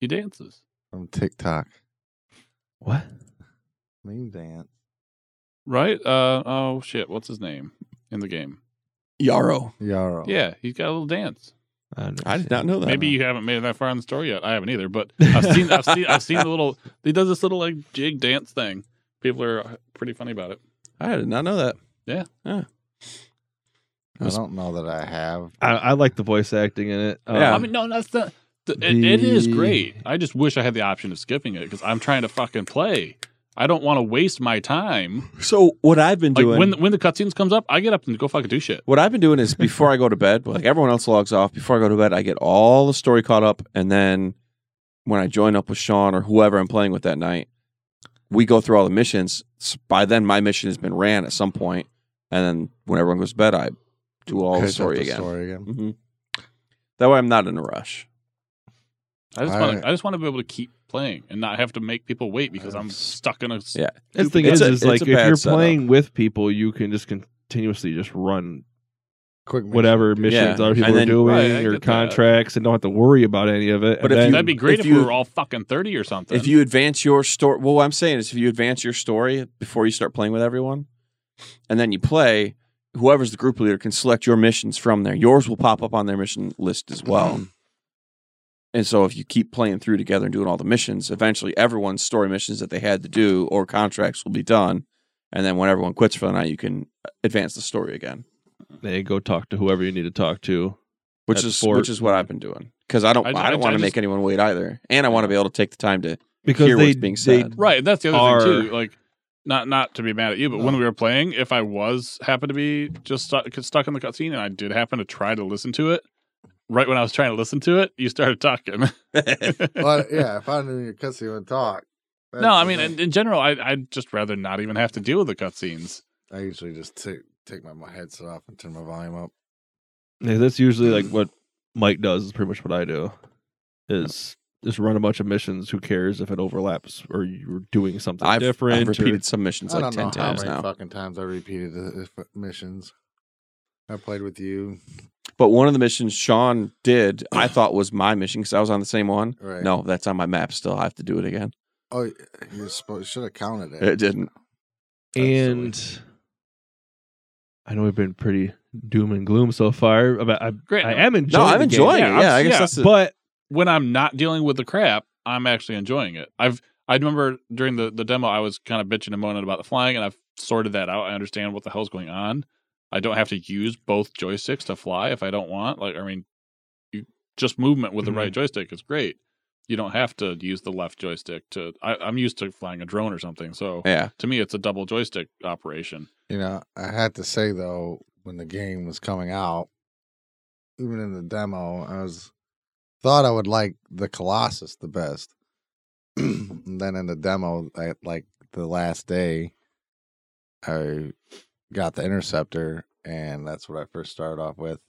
S2: He dances.
S1: from TikTok.
S3: What?
S1: Meme dance.
S2: Right? Uh, oh shit! What's his name in the game?
S4: Yarrow.
S1: Yarrow.
S2: Yeah, he's got a little dance.
S3: don't
S4: I did not know that.
S2: Maybe you haven't made it that far in the story yet. I haven't either, but I've seen I've seen I've seen the little he does this little like jig dance thing. People are pretty funny about it.
S4: I did not know that.
S2: Yeah.
S4: Yeah.
S1: I don't know that I have.
S3: I, I like the voice acting in it. Um,
S4: Yeah.
S2: I mean, no, that's not. The, it, it is
S3: The-
S2: great. I just wish I had the option of skipping it because I'm trying to fucking play. I don't want to waste my time.
S4: So what I've been
S2: Like
S4: doing
S2: when when the cutscenes comes up, I get up and go fucking do shit.
S4: what I've been doing is before I go to bed, like everyone else logs off, before I go to bed, I get all the story caught up and then when I join up with Sean or whoever I'm playing with that night, we go through all the missions. S- By then my mission has been ran at some point and then when everyone goes to bed, I do
S1: Catch
S4: all the
S1: up
S4: story again.
S1: Story again.
S4: hmm That way I'm not in a rush.
S2: I just
S1: I-
S2: want I just want to be able to keep playing and not have to make people wait because I'm stuck in a.
S4: Yeah.
S3: That's the thing
S4: It's
S3: is,
S4: a-
S3: is
S4: it's
S3: like
S4: a
S3: if
S4: bad
S3: you're
S4: setup.
S3: playing with people, you can just continuously just run
S1: quick mission.
S3: whatever missions
S4: Yeah,
S3: other people
S4: and
S3: are
S4: then-
S3: doing
S2: Right, I
S3: or
S2: get that.
S3: contracts and don't have to worry about any of it. And
S4: But if you-
S3: then-
S2: That'd be great
S4: if
S2: if, we
S4: you-
S2: were all fucking thirty or something.
S4: If you advance your story, well, what I'm saying is if you advance your story before you start playing with everyone, and then you play, whoever's the group leader can select your missions from there. Yours will pop up on their mission list as well. and so if you keep playing through together and doing all the missions, eventually everyone's story missions that they had to do or contracts will be done. And then when everyone quits for the night, you can advance the story again,
S3: Hey, go talk to whoever you need to talk to.
S4: which
S3: At
S4: is
S3: Fort.
S4: which is what I've been doing because I don't
S2: I-
S4: I,
S2: I-
S4: don't want
S2: I
S4: to
S2: just-
S4: make anyone wait either, and I want to be able to take the time to
S3: Because
S4: hear
S3: they,
S4: what's being
S3: they-
S4: said.
S2: Right. That's the other
S3: are-
S2: thing too. Like, not not to be mad at you, but when we were playing, if I was happened to be just stuck, stuck in the cutscene and I did happen to try to listen to it, right when I was trying to listen to it, you started talking.
S1: Well, yeah, if I knew your cussy would talk. That's
S2: no, I
S1: the
S2: mean,
S1: thing.
S2: in, in general, I I'd just rather not even have to deal with the cutscenes.
S1: I usually just take take my, my headset off and turn my volume up.
S3: Yeah, that's usually like what Mike does is pretty much what I do. Is just run a bunch of missions. Who cares if it overlaps or you're doing something
S4: I've,
S3: different?
S4: I've
S3: or-
S4: repeated submissions
S1: I
S4: like
S1: don't
S4: ten
S1: know how
S4: times
S1: many
S4: now.
S1: fucking times I repeated the the f- missions. I played with you.
S4: But one of the missions Sean did, I thought was my mission because I was on the same one.
S1: Right.
S4: No, that's on my map still. I have to do it again.
S1: Oh, you should have counted it.
S4: It didn't.
S3: and I know we've been pretty doom and gloom so far. But I,
S2: Great.
S3: I am enjoying.
S4: no, I'm
S3: the game,
S4: enjoying
S2: Yeah,
S4: it.
S2: I'm-
S4: Yeah, I guess
S2: yeah,
S4: that's the,
S3: but
S2: when I'm not dealing with the crap, I'm actually enjoying it. I've I remember during the the demo, I was kind of bitching and moaning about the flying, and I've sorted that out. I understand what the hell's going on. I don't have to use both joysticks to fly if I don't want. Like, I mean, you, just movement with the
S3: Mhm.
S2: right joystick is great. You don't have to use the left joystick to. I, I'm used to flying a drone or something, so
S4: yeah.
S2: to me, it's a double joystick operation.
S1: You know, I had to say though, when the game was coming out, even in the demo, I was thought I would like the Colossus the best. and then in the demo, at like the last day, I got the Interceptor, and that's what I first started off with,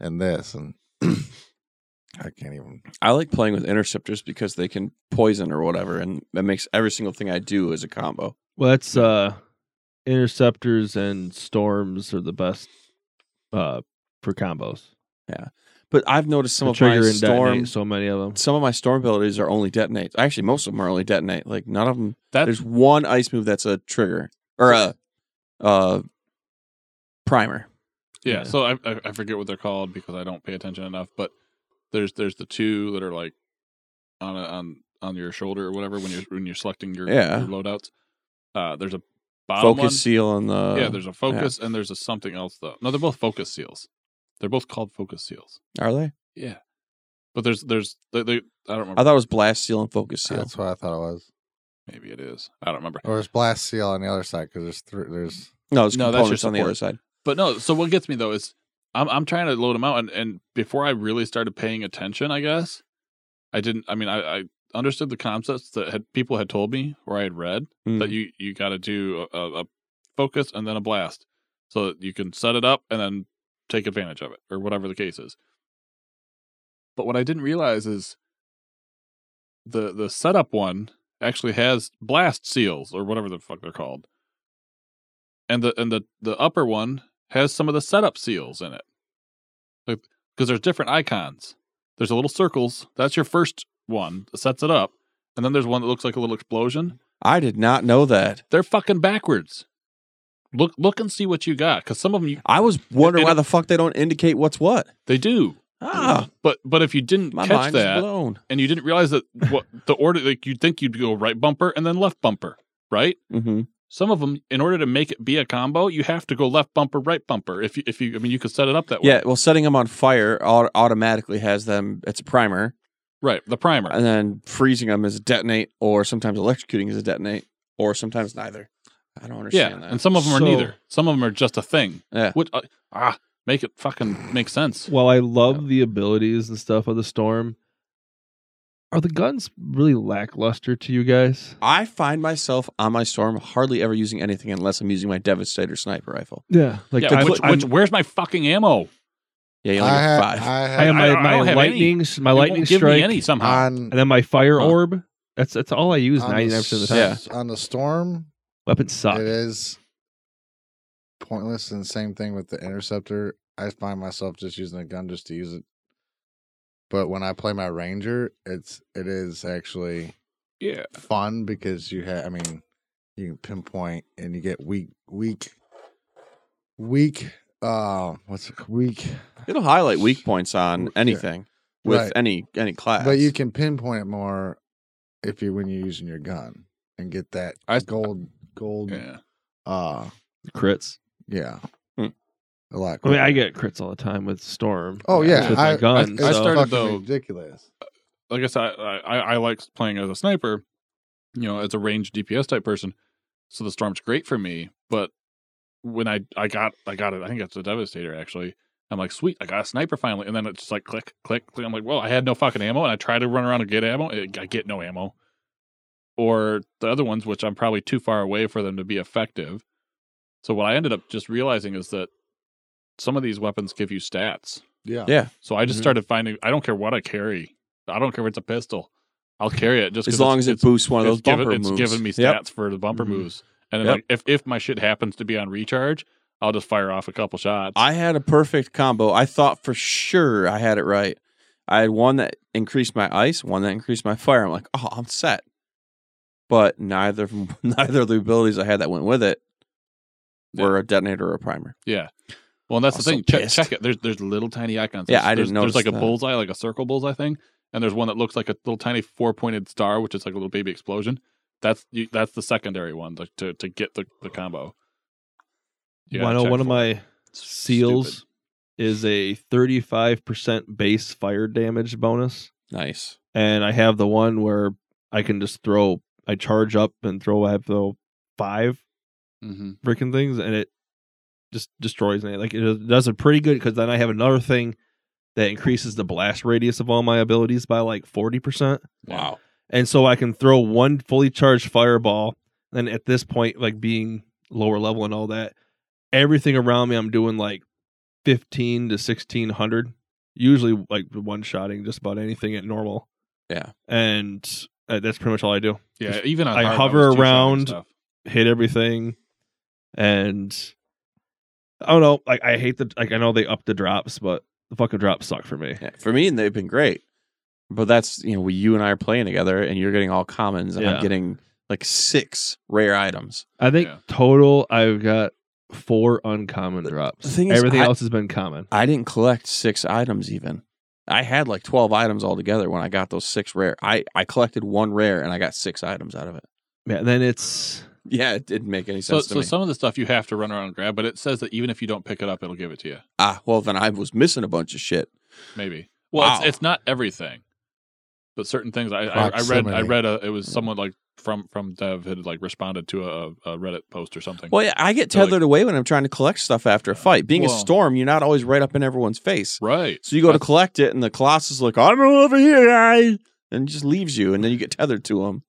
S1: and this, and I can't even.
S4: I like playing with interceptors because they can poison or whatever, and that makes every single thing I do as a combo.
S3: Well, that's uh, interceptors and storms are the best uh for combos.
S4: But I've noticed some
S3: To
S4: of my
S3: trigger and detonate
S4: storm,
S3: so many of them.
S4: some of my storm abilities are only detonate. Actually, most of them are only detonate. Like none of them.
S2: That's
S4: There's one ice move that's a trigger or a, uh, primer.
S2: yeah.
S3: yeah.
S2: So I, I I forget what they're called because I don't pay attention enough. But there's there's the two that are like on a, on on your shoulder or whatever when you're when you're selecting your,
S4: Yeah.
S2: your loadouts. Uh, there's a bottom
S4: Focus seal uh, and the
S2: one. yeah, there's a focus and there's a something else though. No, they're both focus seals. They're both called focus seals.
S4: Are they?
S2: Yeah, but there's there's they, they, I don't remember.
S4: I thought it was blast seal and focus seal.
S1: That's what I thought it was,
S2: Maybe it is. I don't remember.
S1: or it's Blast Seal on the other side because there's three. There's
S4: no, it's
S2: No, that's your
S4: components on the other side.
S2: But no, so what gets me though is I'm I'm trying to load them out, and, and before I really started paying attention, I guess I didn't. I mean, I, I understood the concepts that had people had told me or I had read
S4: Mm.
S2: that you you got to do a, a, a focus and then a blast, so that you can set it up and then take advantage of it or whatever the case is. But what I didn't realize is the the setup one actually has blast seals or whatever the fuck they're called. And the and the the upper one has some of the setup seals in it. Like because there's different icons. There's a little circles. That's your first one that sets it up. And then there's one that looks like a little explosion.
S4: I did not know that.
S2: They're fucking backwards. Look look and see what you got cuz some of them you,
S4: I was wondering
S2: And-
S4: why the fuck they don't indicate what's what.
S2: they do.
S4: Ah,
S2: But but if you didn't
S4: my
S2: catch
S4: mind's
S2: that,
S4: blown.
S2: and you didn't realize that what the order like you'd think you'd go right bumper and then left bumper right
S4: hmm
S2: some of them in order to make it be a combo you have to go left bumper right bumper if you if you i mean you could set it up that way
S4: Yeah, well, setting them on fire au- automatically has them. It's a primer,
S2: right the primer
S4: and then freezing them is a detonate, or sometimes electrocuting is a detonate, or sometimes neither. I
S2: yeah
S4: don't understand that.
S2: and some of them are
S3: So-
S2: neither some of them are just a thing
S4: Yeah.
S2: which uh, ah make it fucking make sense
S3: While I love the abilities and stuff of the storm, are the guns really lackluster to you guys?
S4: I find myself on my storm hardly ever using anything unless I'm using my Devastator sniper rifle.
S3: Yeah, like
S2: yeah,
S3: I,
S2: which,
S3: I'm-
S2: which, where's my fucking ammo
S4: Yeah, you
S1: I
S4: only get
S1: had,
S4: five.
S1: I
S3: I
S1: had
S3: have
S2: I
S3: my,
S2: don't- I
S3: my
S2: don't have
S3: lightning, s- my
S2: It won't
S3: lightning
S2: give me
S3: strike,
S2: any
S4: Ah.
S2: somehow
S1: on
S3: and then my fire orb. That's that's all I use
S1: on
S3: ninety
S1: the
S3: nine percent of the time.
S4: Yeah.
S1: s- on the storm
S3: Weapons suck.
S1: it is pointless and same thing with the interceptor I find myself just using a gun just to use it. But when I play my ranger, it's it is actually
S2: Yeah.
S1: fun because you have I mean, you can pinpoint and you get weak weak weak uh what's it- weak
S4: It'll highlight weak points on
S1: Yeah.
S4: anything with
S1: Right.
S4: any any class.
S1: but you can pinpoint it more if you when you're using your gun and get that
S2: I-
S1: gold gold
S2: Yeah.
S1: uh
S3: crits.
S1: yeah.
S4: Hmm.
S1: A lot
S3: I mean, I
S1: quicker.
S3: get crits all the time with Storm.
S1: Oh yeah,
S3: with my
S1: I,
S3: gun.
S1: I,
S2: I
S1: it's
S3: so-
S2: started
S1: fucking
S2: though-
S1: ridiculous.
S2: like I said, I, I, I like playing as a sniper, you know, as a ranged DPS type person. So the storm's great for me. But when I, I got I got it, I think it's a devastator actually. I'm like, sweet, I got a sniper finally. And then it's just like click, click, click. I'm like, well, I had no fucking ammo, and I try to run around and get ammo. and I get no ammo. Or the other ones, which I'm probably too far away for them to be effective. So what I ended up just realizing is that some of these weapons give you stats.
S1: Yeah.
S4: yeah,
S2: So I just
S4: Mm-hmm.
S1: Mhm.
S2: started finding. I don't care what I carry. I don't care if it's a pistol. I'll carry it just 'cause
S4: as long
S2: it's-
S4: as it
S2: it's-
S4: boosts one of
S2: it's
S4: those bumper
S2: given,
S4: moves.
S2: It's giving me stats
S4: Yep. Mm-hmm.
S2: for the bumper
S3: Mhm.
S2: moves. And then
S4: Yep.
S2: like if if my shit happens to be on recharge, I'll just fire off a couple shots.
S4: I had a perfect combo. I thought for sure I had it right. I had one that increased my ice, one that increased my fire. I'm like, oh, I'm set. But neither of 'em- neither of the abilities I had that went with it were a detonator or a primer.
S2: yeah. Well, and that's the
S4: Also
S2: thing. Check,
S4: pissed.
S2: check it. There's there's little tiny icons.
S4: Yeah,
S2: There's-
S4: I didn't
S2: there's,
S4: notice
S2: There's like a
S4: that.
S2: bullseye, like a circle bullseye thing, and there's one that looks like a little tiny four pointed star, which is like a little baby explosion. That's you, that's the secondary one like, to to get the, the combo. You
S3: Well, I
S2: gotta
S4: oh
S3: know
S2: check
S3: one of
S2: for it.
S3: my
S2: It's
S3: seals
S2: stupid.
S3: is a 35% base fire damage bonus.
S4: Nice.
S3: And I have the one where I can just throw, I charge up and throw, I throw five
S2: Mhm.
S3: freaking things and it just destroys me. Like it does it pretty good because then I have another thing that increases the blast radius of all my abilities by like 40%.
S2: Wow.
S3: And so I can throw one fully charged fireball. And at this point, like being lower level and all that, everything around me, I'm doing like 15 to 1600, usually like one shotting just about anything at normal.
S4: Yeah.
S3: And uh, that's pretty much all I do.
S2: Yeah,
S3: Just-
S2: even on
S3: I
S2: hard,
S3: hover
S2: was two-shotting
S3: around.
S2: stuff.
S3: hit everything and I don't know, like I hate the like I know they up the drops, but the fucking drops suck for me.
S4: Yeah, for me, and they've been great. But that's you know, we, you and I are playing together, and you're getting all commons, and
S3: Yeah.
S4: I'm getting like six rare items.
S3: I think
S2: Yeah.
S3: total I've got four uncommon drops.
S4: the thing is,
S3: everything
S4: I-
S3: else has been common.
S4: I didn't collect six items even. I had like 12 items altogether when I got those six rare. I, I collected one rare and I got six items out of it.
S3: Yeah, then it's
S4: Yeah, it didn't make any
S2: So,
S4: sense to
S2: so
S4: me.
S2: some of the stuff you have to run around and grab, but it says that even if you don't pick it up, it'll give it to you.
S4: ah, well, then I was missing a bunch of shit.
S2: Maybe. Well,
S4: Wow.
S2: it's, it's not everything, but certain things. I, I, I read. I
S1: Proximity.
S2: read a. It was someone like from from Dev had like responded to a, a Reddit post or something.
S4: Well, yeah, I get
S2: They're like-
S4: tethered away when I'm trying to collect stuff after a fight. Being
S2: Well-
S4: a storm, you're not always right up in everyone's face.
S2: Right.
S4: So you go to
S2: That's-
S4: collect it, and the Colossus like, I'm over here, guy, and just leaves you, and then you get tethered to him.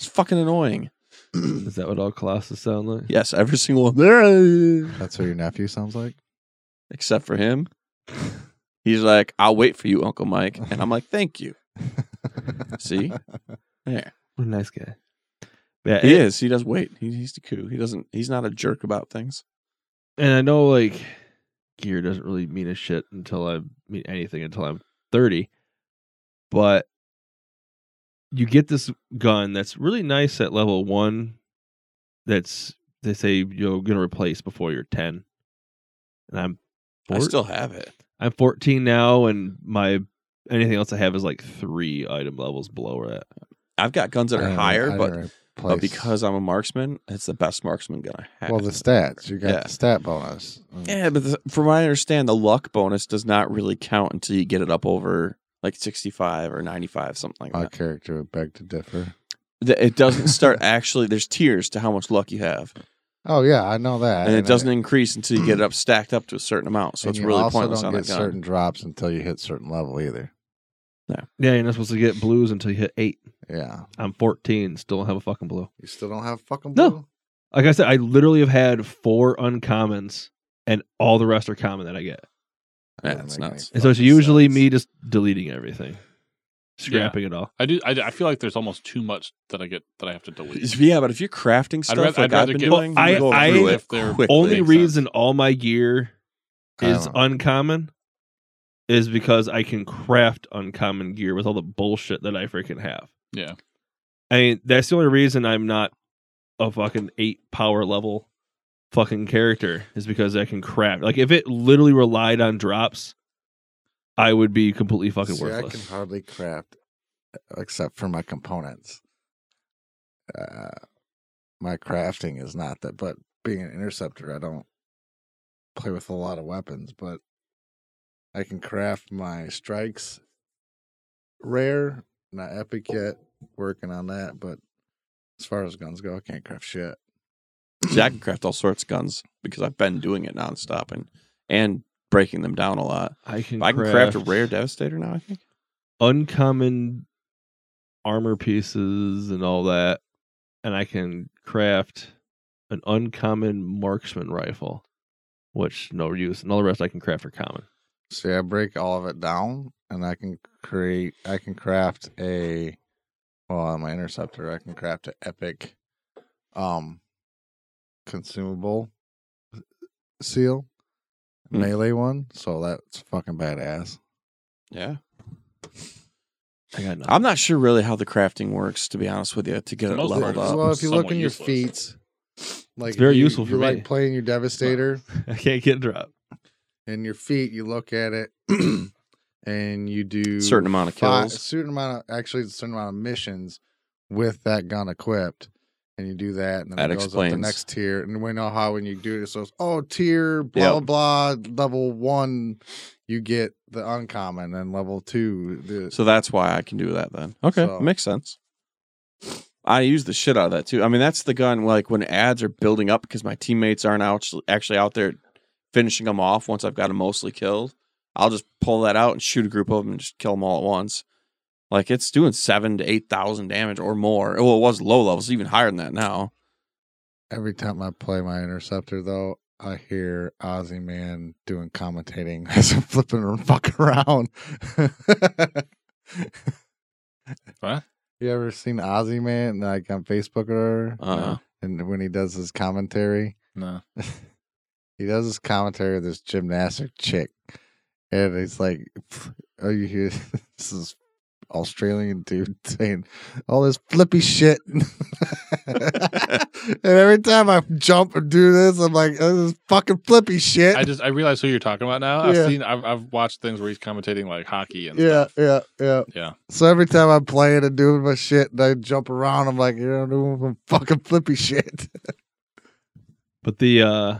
S4: It's fucking annoying.
S3: is that what all Colossus sound like?
S4: Yes, every single one.
S1: That's what your nephew sounds like.
S4: except for him. He's like, I'll wait for you, Uncle Mike. And I'm like, thank you. See? There.
S3: What a nice guy. Yeah,
S4: He
S3: it-
S4: is. He does wait. He, he's the coup. He doesn't, he's not a jerk about things.
S3: and I know like gear doesn't really mean a shit until I mean anything until I'm 30. But you get this gun that's really nice at level 1 that's they say you're going to replace before you're 10. And I'm
S4: I
S3: four-
S4: still have it.
S3: I'm 14 now and my anything else I have is like 3 item levels below that.
S4: I've got guns that
S1: I
S4: are
S1: don't-
S4: higher,
S1: I
S4: but,
S1: don't
S4: but
S1: replace-
S4: because I'm a marksman, it's the best marksman gun I have.
S1: well the stats you got
S4: Yeah.
S1: the stat bonus. Mm.
S4: yeah, but the, from what I understand, the luck bonus does not really count until you get it up over like 65 or 95, something like
S1: My
S4: that.
S1: character would beg to differ.
S4: Th- It doesn't start actually, there's tiers to how much luck you have.
S1: Oh yeah, I know that.
S4: and it doesn't increase until you get it up stacked up to a certain amount. So
S1: and
S4: it's
S1: you
S4: really
S1: also
S4: pointless
S1: don't
S4: on
S1: get
S4: that gun.
S1: certain drops until you hit certain level either.
S3: Yeah, you're not supposed to get blues until you hit 8.
S1: Yeah,
S3: I'm 14, still don't have a fucking blue.
S1: you still don't have fucking
S3: No.
S1: blue.
S3: Like I said, I literally have had four uncommons, and all the rest are common that I get.
S4: Yeah,
S1: Doesn't
S4: it's
S1: make any
S4: nuts.
S3: And so it's
S1: fucking
S3: usually
S1: sense.
S3: me just deleting everything, scrapping it all.
S2: I do. I, I feel like there's almost too much that I get that I have to delete.
S4: Yeah, but if you're crafting stuff
S2: rather- I'd
S4: like
S2: rather
S4: I've been
S2: get-
S4: doing,
S3: Well,
S4: you
S3: I-
S4: go
S3: I-
S4: through
S2: if
S4: it
S2: they're-
S4: quickly.
S3: Only
S2: makes
S3: reason all my gear
S1: I
S3: is
S1: don't know.
S3: uncommon is because I can craft uncommon gear with all the bullshit that I freaking have.
S2: Yeah.
S3: I mean, that's the only reason I'm not a fucking eight power level fucking character is because I can craft. Like, if it literally relied on drops, I would be completely fucking
S1: See, I
S3: worthless.
S1: can hardly craft uh, except for my components. Uh, my crafting is not that, but being an interceptor, I don't play with a lot of weapons, but I can craft my strikes rare, not epic yet, working on that, but as far as guns go, I can't craft shit.
S4: See, I can craft all sorts of guns because I've been doing it nonstop and and breaking them down a lot.
S3: I can,
S4: I can craft a rare devastator now. I think
S3: uncommon armor pieces and all that, and I can craft an uncommon marksman rifle, which no use, and all the rest I can craft are common.
S1: See, I break all of it down, and I can create. I can craft a. Well, on my interceptor, I can craft an epic, um, consumable seal,
S4: Hmm.
S1: melee one. So that's fucking badass.
S4: yeah.
S3: I got nothing.
S4: I'm not sure really how the crafting works to be honest with you to get
S2: For
S4: it
S2: the most
S4: leveled
S2: part,
S4: up.
S1: well, if you look
S2: somewhat
S1: in your
S2: useless.
S1: feats, like
S3: It's very
S1: you-
S3: useful for
S1: you
S3: me.
S1: Like playing your devastator,
S3: I can't get a drop.
S1: and your feet, you look at it, and you do
S4: Certain amount of
S1: fi- a
S4: kills.
S1: certain amount of actually a certain amount of missions with that gun equipped, and you do that, and then
S4: That
S1: it goes up
S4: explains.
S1: the next tier. And we know how when you do it, so it's oh tier blah
S4: Yep.
S1: blah blah level one, you get the uncommon, and level two the
S4: So that's why I can do that then. Okay,
S1: So-
S4: makes sense. I use the shit out of that too. I mean, that's the gun like when ads are building up because my teammates aren't out, actually out there finishing them off once I've got them mostly killed. I'll just pull that out and shoot a group of them and just kill them all at once. Like it's doing seven to eight thousand damage or more. Well, it was low levels, even higher than that now.
S1: Every time I play my interceptor, though, I hear Ozzy Man doing commentating as I'm flipping and fuck around.
S2: What?
S1: You ever seen Ozzy Man like on Facebook or?
S4: Uh-uh.
S1: And when he does his commentary,
S2: No.
S1: he does his commentary with this gymnastic chick, and it's like, oh, you hear this is Australian dude saying all this flippy shit. and every time I jump and do this, I'm like, oh, this is fucking flippy shit.
S2: I just I realize who you're talking about now. I've
S1: Eh. Yeah.
S2: seen I've I've watched things where he's commentating like hockey and
S1: yeah, yeah, yeah,
S2: Yeah.
S1: So every time I play it and do my shit, and I jump around, I'm like, you're doing some fucking flippy shit.
S3: But the uh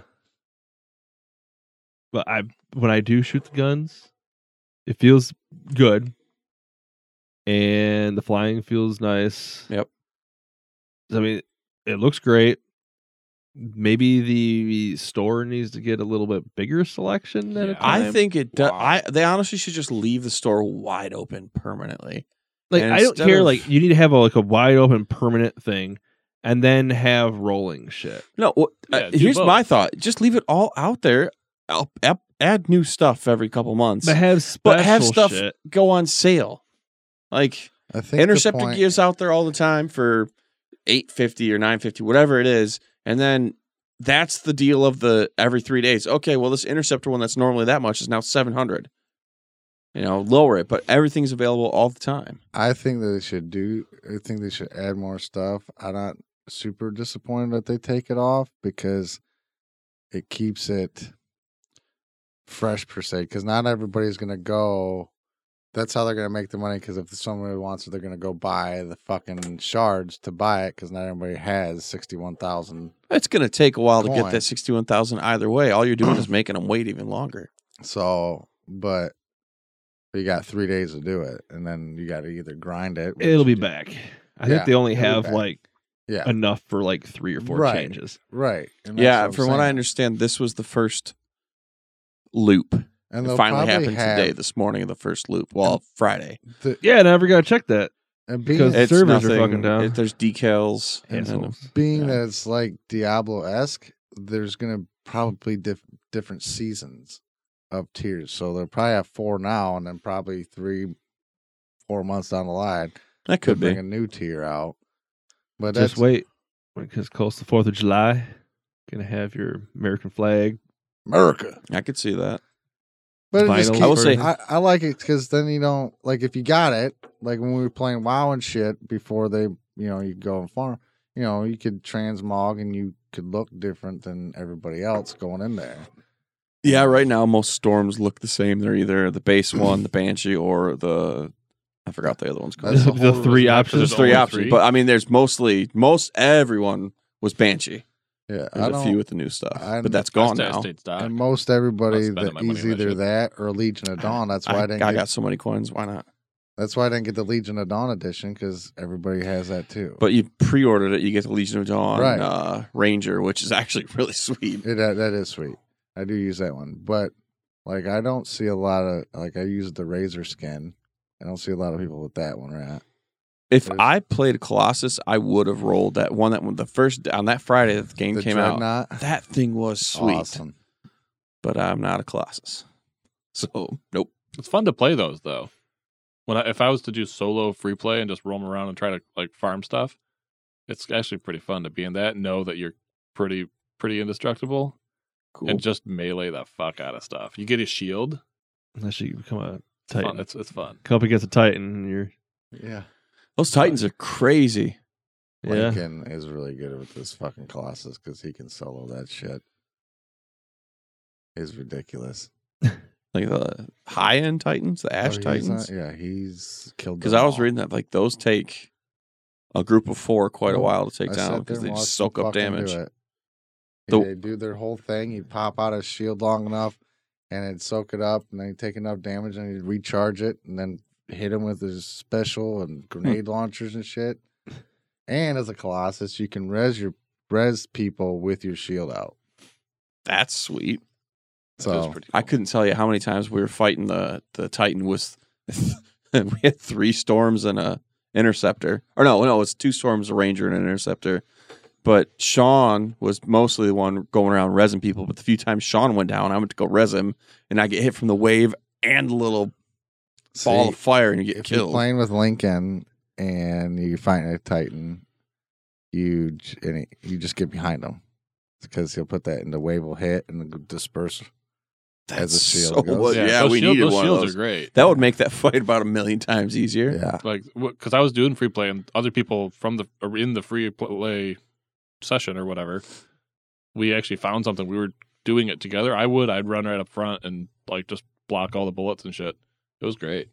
S3: but I when I do shoot the guns, it feels good. And the flying feels nice.
S4: Yep.
S3: I mean, it looks great. Maybe the store needs to get a little bit bigger selection at a
S2: Yeah.
S3: time.
S4: I think it does.
S2: Wow.
S4: I they honestly should just leave the store wide open permanently.
S3: like
S4: and
S3: I don't
S4: instead
S3: care.
S4: of-
S3: Like you need to have a, like a wide open permanent thing, and then have rolling shit.
S4: No, well,
S2: Yeah,
S4: uh,
S2: do
S4: here's
S2: both.
S4: my thought: just leave it all out there. I'll, ap- add new stuff every couple months.
S3: But have special
S4: But have stuff
S3: shit.
S4: go on sale. Like
S1: I think the
S4: interceptor
S1: point-
S4: gear's out there all the time for eight fifty or nine fifty, whatever it is, and then that's the deal of the every three days. Okay, well this interceptor one that's normally that much is now seven hundred. You know, lower it, but everything's available all the time.
S1: I think that they should do. I think they should add more stuff. I'm not super disappointed that they take it off because it keeps it fresh per se. Because not everybody's gonna go. That's how they're gonna make the money. Because if somebody wants it, they're gonna go buy the fucking shards to buy it. Because not everybody has sixty-one thousand.
S4: It's going to take a while to
S1: Coin.
S4: get that sixty-one thousand either way. All you're doing is making them wait even longer.
S1: So, but you got three days to do it, and then you got to either grind it. which-
S3: It'll be back. I
S1: Yeah,
S3: think they only
S1: it'll be
S3: have
S1: back.
S3: like
S1: Yeah,
S3: enough for like three or four
S1: Right.
S3: changes.
S1: right. and that's
S4: Yeah,
S1: I'm
S4: from what I
S1: saying.
S4: understand, this was the first loop.
S1: and
S4: It
S1: they'll
S4: finally
S1: probably
S4: happened
S1: have
S4: today, this morning, the first loop. Well, Friday.
S1: the-
S3: Yeah, and I never got to check that.
S1: And being,
S3: Because- The
S4: It's
S3: servers are
S4: nothing-
S3: fucking down.
S4: it- there's decals. And, and
S1: being
S4: Yeah.
S1: that it's like Diablo esque, there's gonna probably diff- different seasons of tiers. So they'll probably have four now, and then probably three, four months down the line,
S4: that could
S1: they'll
S4: be.
S1: bring a new tier out. But that's
S3: Just wait, because close to Fourth of July, gonna have your American flag
S1: America.
S4: I could see that.
S1: But it just
S8: Vinyl
S1: keeps,
S4: I will say-
S1: I, I like it because then you don't like if you got it. Like when we were playing WoW and shit before they, you know, you go and farm. You know, you could transmog and you could look different than everybody else going in there.
S4: Yeah, right now most storms look the same. They're either the base one, the banshee, or the I forgot what the other one's called.
S1: That's
S4: So
S1: the
S8: the
S1: whole
S8: three
S2: reason why- 'cause
S8: options.
S4: There's
S2: there's
S4: three
S2: only
S4: options,
S2: three?
S4: but I mean, there's mostly most everyone was banshee.
S1: Yeah, I
S4: There's a
S1: don't-
S4: few with the new stuff,
S1: I-
S4: but
S2: That's
S4: that's gone
S2: United
S4: now.
S2: States stock.
S1: And most everybody
S2: I'm not spending
S1: that
S2: my money
S1: is
S2: on that
S1: either
S2: shit.
S1: that or Legion of Dawn. That's why I,
S4: I,
S1: didn't.
S4: I
S1: get,
S4: got so many coins. Why not?
S1: That's why I didn't get the Legion of Dawn edition because everybody has that too.
S4: But you pre-ordered it. You get the Legion of Dawn
S1: Right.
S4: uh, Ranger, which is actually really sweet.
S1: It, that, that is sweet. I do use that one, but like I don't see a lot of like I use the razor skin. I don't see a lot of people with that one right.
S4: If
S1: There's-
S4: I played Colossus, I would have rolled that one. That one, the first on that Friday that the game
S1: The
S4: came out.
S1: Dreadnought,
S4: That thing was sweet,
S1: Awesome.
S4: but I'm not a Colossus, so nope.
S2: It's fun to play those though. When I, if I was to do solo free play and just roam around and try to like farm stuff, it's actually pretty fun to be in that. and Know that you're pretty pretty indestructible
S4: Cool.
S2: and just melee the fuck out of stuff. You get a shield.
S8: Unless you become a
S2: It's fun.
S8: titan.
S2: It's, it's fun.
S8: Come up against a titan, and you're
S1: Yeah,
S4: Those Titans are crazy.
S8: yeah.
S1: Lincoln is really good with this fucking Colossus because he can solo that shit. Is ridiculous.
S4: Like the high end Titans, the Ash
S1: Oh, he's not-
S4: Titans.
S1: yeah, he's killed.
S4: Because
S1: them
S4: I was
S1: all.
S4: reading that like those take a group of four quite a while to take
S1: I
S4: down
S1: sat there
S4: because they
S1: and
S4: just
S1: watched
S4: soak
S1: him
S4: up
S1: fucking do
S4: damage.
S1: it.
S4: The-
S1: they do their whole thing. He'd pop out his shield long enough, and it'd soak it up, and then he'd take enough damage, and he'd recharge it, and then hit him with his special
S4: Hmm.
S1: and grenade launchers and shit. And as a colossus, you can res your res people with your shield out.
S4: That's sweet.
S2: That is
S1: So
S2: pretty
S4: I
S2: cool.
S4: couldn't tell you how many times we were fighting the the Titan with we had three storms and a interceptor. Or no, no, it's two storms, a ranger and an interceptor. But Sean was mostly the one going around resin people. But the few times Sean went down, I went to go res him, and I get hit from the wave and a little ball
S1: see,
S4: of fire, and you get
S1: if you're
S4: killed.
S1: playing with Lincoln and you find a Titan, you j- and he, you just get behind him because he'll put that in the wave will hit and disperse as
S4: That's
S1: a shield
S4: so
S1: goes.
S4: what- yeah,
S2: those
S4: we
S2: shield-
S4: needed
S2: those
S4: one
S2: shields
S4: of those.
S2: are great.
S4: That would make that fight about a million times easier.
S1: Yeah.
S2: like because I was doing free play and other people from the or in the free play session or whatever, we actually found something. We were doing it together. I would. I'd run right up front and like just block all the bullets and shit. It was great.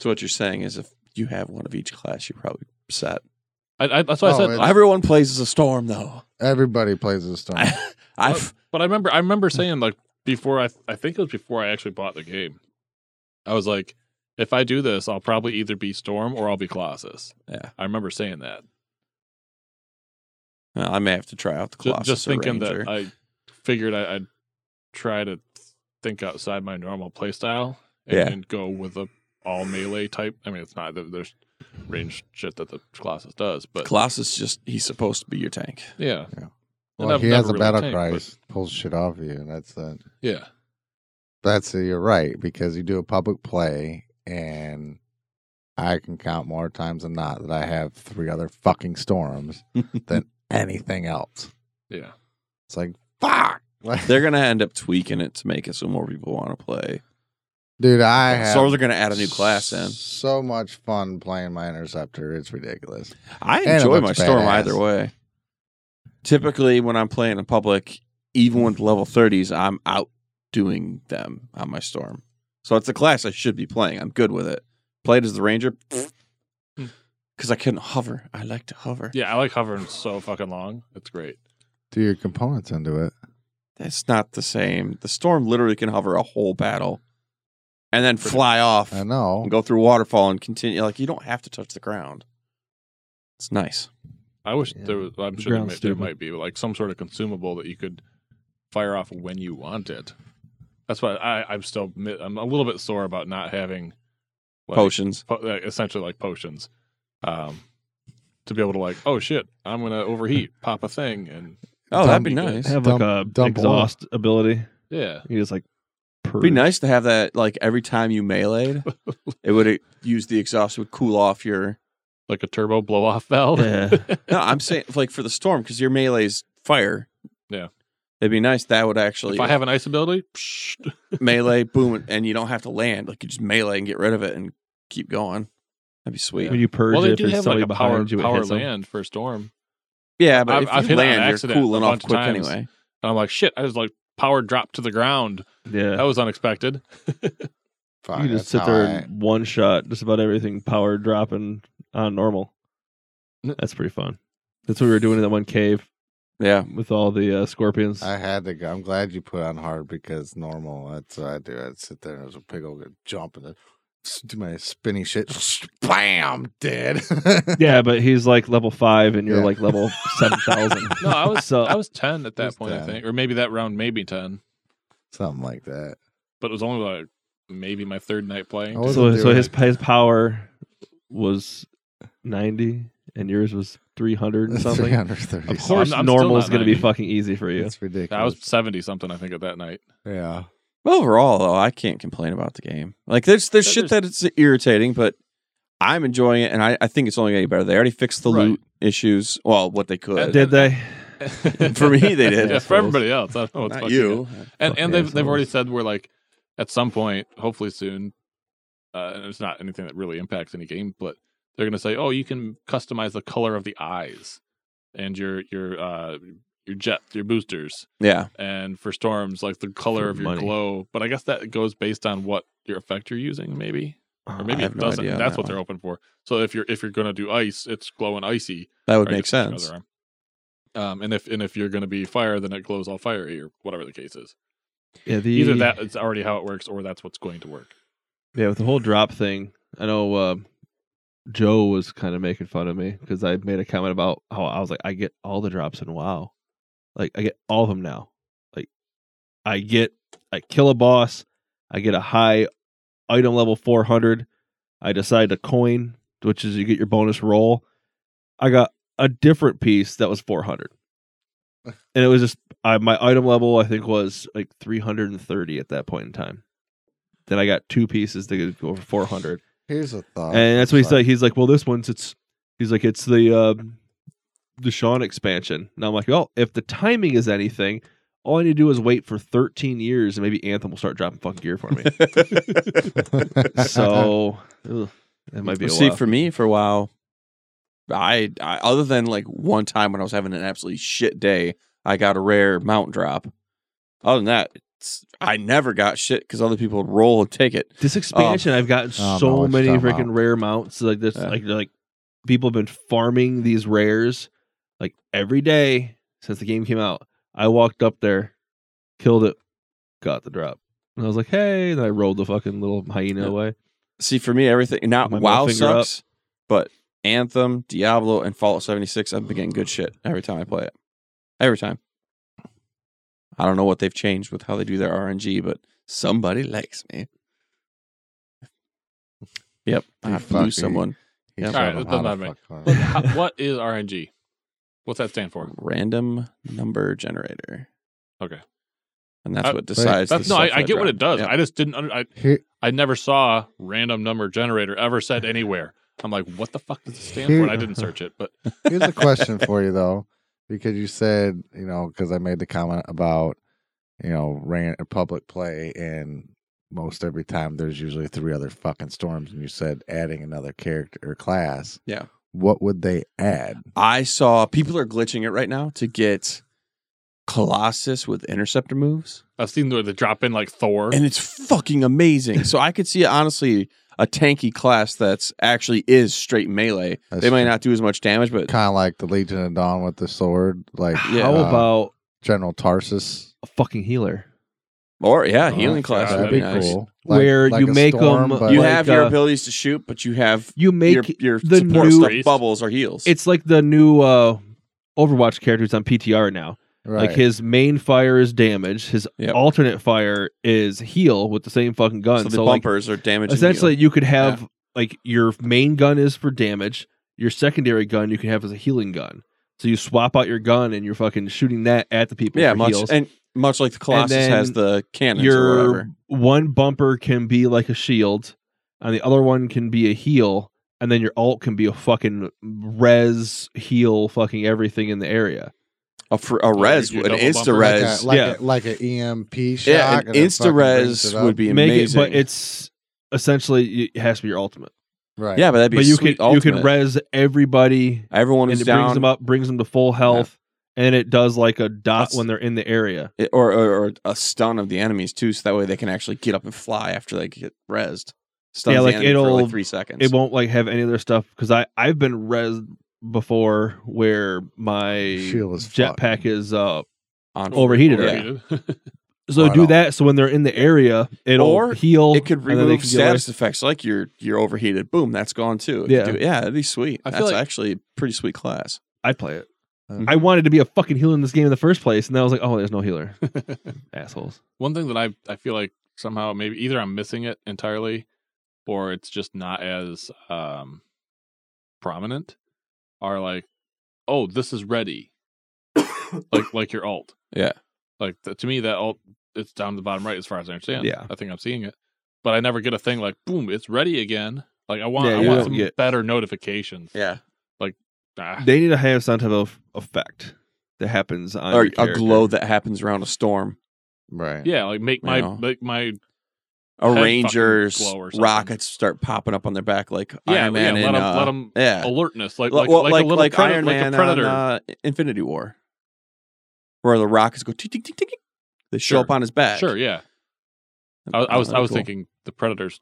S4: So what you're saying is, if you have one of each class, you're probably set.
S2: I, I, that's why
S1: Oh,
S2: I said.
S1: it's-
S2: I,
S4: Everyone plays as a storm, though.
S1: Everybody plays a storm.
S4: I, I
S2: Oh. but I remember. I remember saying like before. I I think it was before I actually bought the game. I was like, if I do this, I'll probably either be Storm or I'll be Colossus.
S4: Yeah.
S2: I remember saying that.
S4: Well, I may have to try out the
S2: Ju-
S4: Colossus
S2: just
S4: or
S2: thinking
S4: Ranger.
S2: that I figured I, I'd try to think outside my normal playstyle and,
S4: Yeah.
S2: and go with a all melee type. I mean, it's not there- there's range shit that the Colossus does, but
S4: Colossus just he's supposed to be your tank.
S2: yeah,
S1: Well,
S2: And I've
S1: he has a
S2: never really
S1: battle
S2: tanked,
S1: cry,
S2: but-
S1: he pulls shit off you, and that's that.
S2: yeah.
S1: That's uh, you're right because you do a public play, and I can count more times than not that I have three other fucking storms than anything else.
S2: Yeah,
S1: It's like fuck, Like,
S4: They're gonna end up tweaking it to make it so more people want to play.
S1: dude. I have
S4: So they're gonna add a new class in.
S1: So much fun playing my interceptor. It's ridiculous.
S4: I
S1: And it
S4: enjoy
S1: looks
S4: my storm
S1: badass.
S4: either way. Typically, when I'm playing in public, even with level thirties, I'm outdoing them on my storm. So it's a class I should be playing. I'm good with it. Played as the ranger
S2: Hmm.
S4: because I couldn't hover. I like to hover.
S2: yeah. I like hovering so fucking long. It's great.
S1: Do your components into it.
S4: That's not the same. The storm literally can hover a whole battle and then fly off
S1: I
S4: and
S1: know.
S4: go through waterfall and continue. Like you don't have to touch the ground. It's nice.
S2: I wish
S8: Yeah.
S2: there was. I'm
S8: The
S2: sure there
S8: ground's
S2: might, there
S8: stupid.
S2: might be like some sort of consumable that you could fire off when you want it. That's why I, I'm still. mi- I'm a little bit sore about not having like,
S4: Potions.
S2: po- like, essentially like potions, um, to be able to like, oh shit, I'm gonna overheat, pop a thing, and
S4: Oh, that'd be
S2: Dumb-
S4: nice.
S8: have
S1: Dump-
S8: like a
S1: dump
S8: exhaust ability.
S2: yeah,
S8: You just like purge.
S4: It'd be nice to have that like every time you meleeed, it would uh, use the exhaust would cool off your.
S2: like a turbo blow off valve.
S8: Yeah.
S4: No, I'm saying like for the storm because your melee's fire.
S2: Yeah.
S4: It'd be nice. That would actually
S2: If I have an ice ability, psh,
S4: melee, boom, and you don't have to land. Like you just melee and get rid of it and keep going. That'd be sweet.
S3: When you purge
S2: well,
S3: it,
S2: they
S3: if
S2: do
S3: there's
S2: have
S3: somebody
S2: like a
S3: behind
S2: power,
S3: you, it
S2: power
S3: hits 'em.
S2: land for storm.
S4: Yeah, but
S2: I've-
S4: if
S2: I've
S4: you
S2: hit it on
S4: land, you're
S2: accident
S4: cooling
S2: a
S4: off
S2: bunch of
S4: quick
S2: times.
S4: anyway.
S2: And I'm like, shit, I just like power drop to the ground. That
S3: Yeah.
S2: was unexpected.
S1: Fuck,
S3: you can just
S1: that's
S3: sit there
S1: how I-
S3: and one shot just about everything power dropping on normal.
S1: N-
S3: That's pretty fun. That's what we were doing in that one cave
S4: Yeah,
S3: with all the uh, scorpions.
S1: I had to go. I'm glad you put on hard because normal. That's what I do. I'd sit there and there's a big old jump and then do my spinny shit. Bam! Dead.
S3: yeah, but he's like level five and you're
S1: Yeah.
S3: like level 7,000.
S2: No, I was
S3: So-
S2: I was ten at that
S1: Just
S2: point, I
S1: 10.
S2: think, or maybe that round, maybe ten.
S1: Something like that.
S2: But it was only like maybe my third night playing.
S1: I wasn't
S3: So, so
S1: doing
S3: his
S1: it.
S3: his power was 90 and yours was 300 and something.
S1: 330.
S3: Of course,
S2: I'm- I'm still
S3: normal is
S2: not
S3: going to be
S2: 90.
S3: fucking easy for you.
S1: It's ridiculous.
S2: I was seventy something, I think, at that night.
S1: yeah.
S4: Overall, though, I can't complain about the game. Like, there's there's
S2: Yeah,
S4: shit that it's irritating, but I'm enjoying it, and I, I think it's only getting better. They already fixed the
S2: Right.
S4: loot issues. Well, what they could.
S3: Did they?
S4: For me, they did.
S2: yeah, for everybody else, I don't know what's
S4: Not
S2: fucking good.
S4: you.
S2: And and they've they've
S3: assholes.
S2: already said we're like at some point, hopefully soon. Uh, and it's not anything that really impacts any game, but they're gonna say, oh, you can customize the color of the eyes and your your uh your jet your boosters
S4: Yeah,
S2: and for storms like the color
S3: For
S2: of your
S3: money.
S2: glow but i guess that goes based on what your effect you're using maybe or maybe
S4: Uh, I have
S2: it
S4: no
S2: doesn't
S4: idea on
S2: that's
S4: that
S2: what they're
S4: one.
S2: hoping for so if you're if you're gonna do ice it's glowing icy
S4: that would
S2: or I
S4: make
S2: guess it's your
S4: sense.
S2: other arm. um and if and if you're gonna be fire then it glows all fiery or whatever the case is
S3: Yeah, the,
S2: either that it's already how it works or that's what's going to work
S3: Yeah, with the whole drop thing, I know uh, Joe was kind of making fun of me because I made a comment about how I was like, I get all the drops in WoW, like I get all of them now. Like, I get, I kill a boss, I get a high item level four hundred. I decide to coin, which is you get your bonus roll. I got a different piece that was four hundred, and it was just I, my item level I think was like three hundred and thirty at that point in time. Then I got two pieces that could go for four hundred,
S1: Here's a thought.
S4: Oh,
S3: and that's what he
S1: Sorry.
S3: said. He's like, "Well, this one's it's." He's like, "It's the uh, the Sean expansion." And I'm like, "Well, if the timing is anything, all I need to do is wait for 13 years, and maybe Anthem will start dropping fucking gear for me." so ugh, that might be a
S4: See,
S3: while.
S4: for me, for a while, I, I other than like one time when I was having an absolutely shit day, I got a rare mount drop. Other than that, it's, I never got shit because other people would roll and take it.
S3: this expansion.
S4: Um,
S3: I've gotten
S4: oh,
S1: I don't know what
S3: so
S1: you're
S3: many
S1: talking
S3: freaking
S1: about.
S3: rare mounts. Like this,
S4: Yeah.
S3: like like people have been farming these rares like every day since the game came out. I walked up there, killed it, got the drop. And I was like, hey, and I rolled the fucking little hyena
S4: Yeah.
S3: away.
S4: See, for me, everything not
S3: My middle
S4: WoW
S3: finger up.
S4: sucks, but Anthem, Diablo, and Fallout 76, I've been getting good shit every time I play it. Every time. I don't know what they've changed with how they do their RNG, but somebody likes me.
S1: You
S4: Yep, I blew
S1: fucking-
S4: someone
S1: He
S4: Yeah.
S1: showed
S2: Alright,
S1: him
S2: that
S1: how
S2: doesn't
S1: to
S2: matter.
S1: fuck
S2: But
S1: one.
S2: how, what is RNG? What's that stand for?
S4: random number generator,
S2: Okay,
S4: and that's
S2: Uh,
S4: what decides.
S2: that's
S4: the
S2: no. I,
S4: stuff
S2: I
S4: that
S2: get what it
S4: drops.
S2: does.
S4: Yeah.
S2: I just didn't. Under, I
S1: Here-
S2: I never saw random number generator ever said anywhere. I'm like, what the fuck does it stand for? And I didn't search it, but
S1: Here's a question for you though, because you said you know because I made the comment about you know ran public play and most every time there's usually three other fucking storms, and you said adding another character or class.
S4: Yeah.
S1: What would they add?
S4: I saw people are glitching it right now to get Colossus with interceptor moves.
S2: I've seen where they drop in like Thor.
S4: and it's fucking amazing. So I could see honestly a tanky class that's actually is straight melee.
S1: That's
S4: they might
S1: true.
S4: not do as much damage, but
S1: Kind of like the Legion of Dawn with the sword, like
S4: Yeah.
S3: How
S1: uh,
S3: about
S1: General Tarsus?
S3: a fucking healer?
S4: or yeah,
S2: Oh,
S4: healing
S2: God,
S4: class would
S1: That'd
S4: be
S1: be
S4: nice.
S1: cool.
S3: Where you
S1: a
S3: make 'em-
S1: but-
S4: You
S3: Like,
S4: have your
S3: uh,
S4: abilities to shoot, but you have
S3: You make
S4: your your
S3: the
S4: support
S3: new-
S4: stuff bubbles or heals.
S3: it's like the new uh Overwatch characters on PTR now.
S1: right.
S3: Like his main fire is damage, his
S4: Yep.
S3: alternate fire is heal with the same fucking gun.
S4: so the
S3: like,
S4: bumpers are damage. and
S3: essentially you could have
S4: Yeah.
S3: like your main gun is for damage your secondary gun you can have as a healing gun so you swap out your gun and you're fucking shooting that at the people
S4: heal. yeah,
S3: for
S4: much
S3: heals.
S4: and much like the Colossus
S3: then
S4: has the cannons or
S3: your
S4: whatever.
S3: one bumper can be like a shield and the other one can be a heal and then your alt can be a fucking res heal fucking everything in the area
S4: a, fr- a
S2: Yeah,
S4: res,
S2: you
S4: an
S2: double bump it
S4: insta
S2: like
S1: Like a,
S4: res.
S1: like,
S3: Yeah.
S1: a, E like an EMP shock.
S4: Yeah, an
S1: and it fucking
S4: insta
S1: brings
S4: res
S1: it up.
S4: would be
S3: Make
S4: amazing.
S3: it, but it's essentially it has to be your ultimate.
S1: right.
S4: yeah, but that'd be
S3: But you
S4: sweet
S3: can
S4: ultimate.
S3: you can res everybody,
S4: everyone
S3: and
S4: who's
S3: it
S4: down
S3: brings them up, brings them to full health, and it does like a dot
S4: That's-
S3: when they're in the area.
S4: it- or, or or a stun of the enemies too, so that way they can actually get up and fly after they get resed.
S3: Yeah,
S4: Stuns the
S3: like,
S4: enemy for
S3: it'll-
S4: like three seconds.
S3: It won't like have any other stuff because I I've been res before where my
S1: Shield is fucked.
S3: jetpack is uh
S4: on
S3: overheated
S4: Yeah.
S3: already.
S2: Overrated.
S3: So
S1: Right
S3: do
S1: on.
S3: that. So when they're in the area, it'll
S4: Or
S3: heal.
S4: It could
S3: and then they
S4: remove
S3: can get away.
S4: status effects like your your overheated. Boom, that's gone too. It could
S3: Yeah.
S4: do it. yeah, that'd be sweet.
S2: I feel
S4: That's
S2: like-
S4: actually a pretty sweet class.
S3: I'd play it.
S1: Mhm.
S4: Mm-hmm.
S3: I wanted to be a fucking healer in this game in the first place, and then I was like, oh, there's no healer. Assholes.
S2: One thing that I I feel like somehow maybe either I'm missing it entirely, or it's just not as um prominent. Are like, oh, this is ready, like like your alt.
S4: Yeah.
S2: Like th- to me, that alt it's down to the bottom right as far as I understand.
S3: Yeah.
S2: I think I'm seeing it, but I never get a thing like boom, it's ready again. Like I want
S3: Yeah,
S2: I
S3: you
S2: want
S3: don't
S2: some
S3: get-
S2: better notifications.
S4: Yeah,
S2: Ah,
S3: They need to have some type of effect that happens on
S4: or
S3: your
S4: a
S3: character.
S4: glow that happens around a storm.
S1: Right.
S2: yeah, like make my
S4: know.
S2: make my
S4: A
S2: Head
S4: ranger's
S2: fucking glow or something.
S4: rockets start popping up on their back like
S2: Yeah,
S4: Iron Man.
S2: yeah, let
S4: in,
S2: 'em-
S4: uh,
S2: let 'em-
S4: yeah.
S2: alertness, like
S4: Well,
S2: like,
S4: well,
S2: like, a little predator,
S4: Iron
S2: like
S4: Man
S2: a predator.
S4: on uh, Infinity War, where the rockets go tick tick tick tick. tick. They show
S2: Sure.
S4: up on his back.
S2: Sure, yeah. I, I
S4: Oh,
S2: was I
S4: that'd
S2: was
S4: be cool.
S2: thinking the Predator's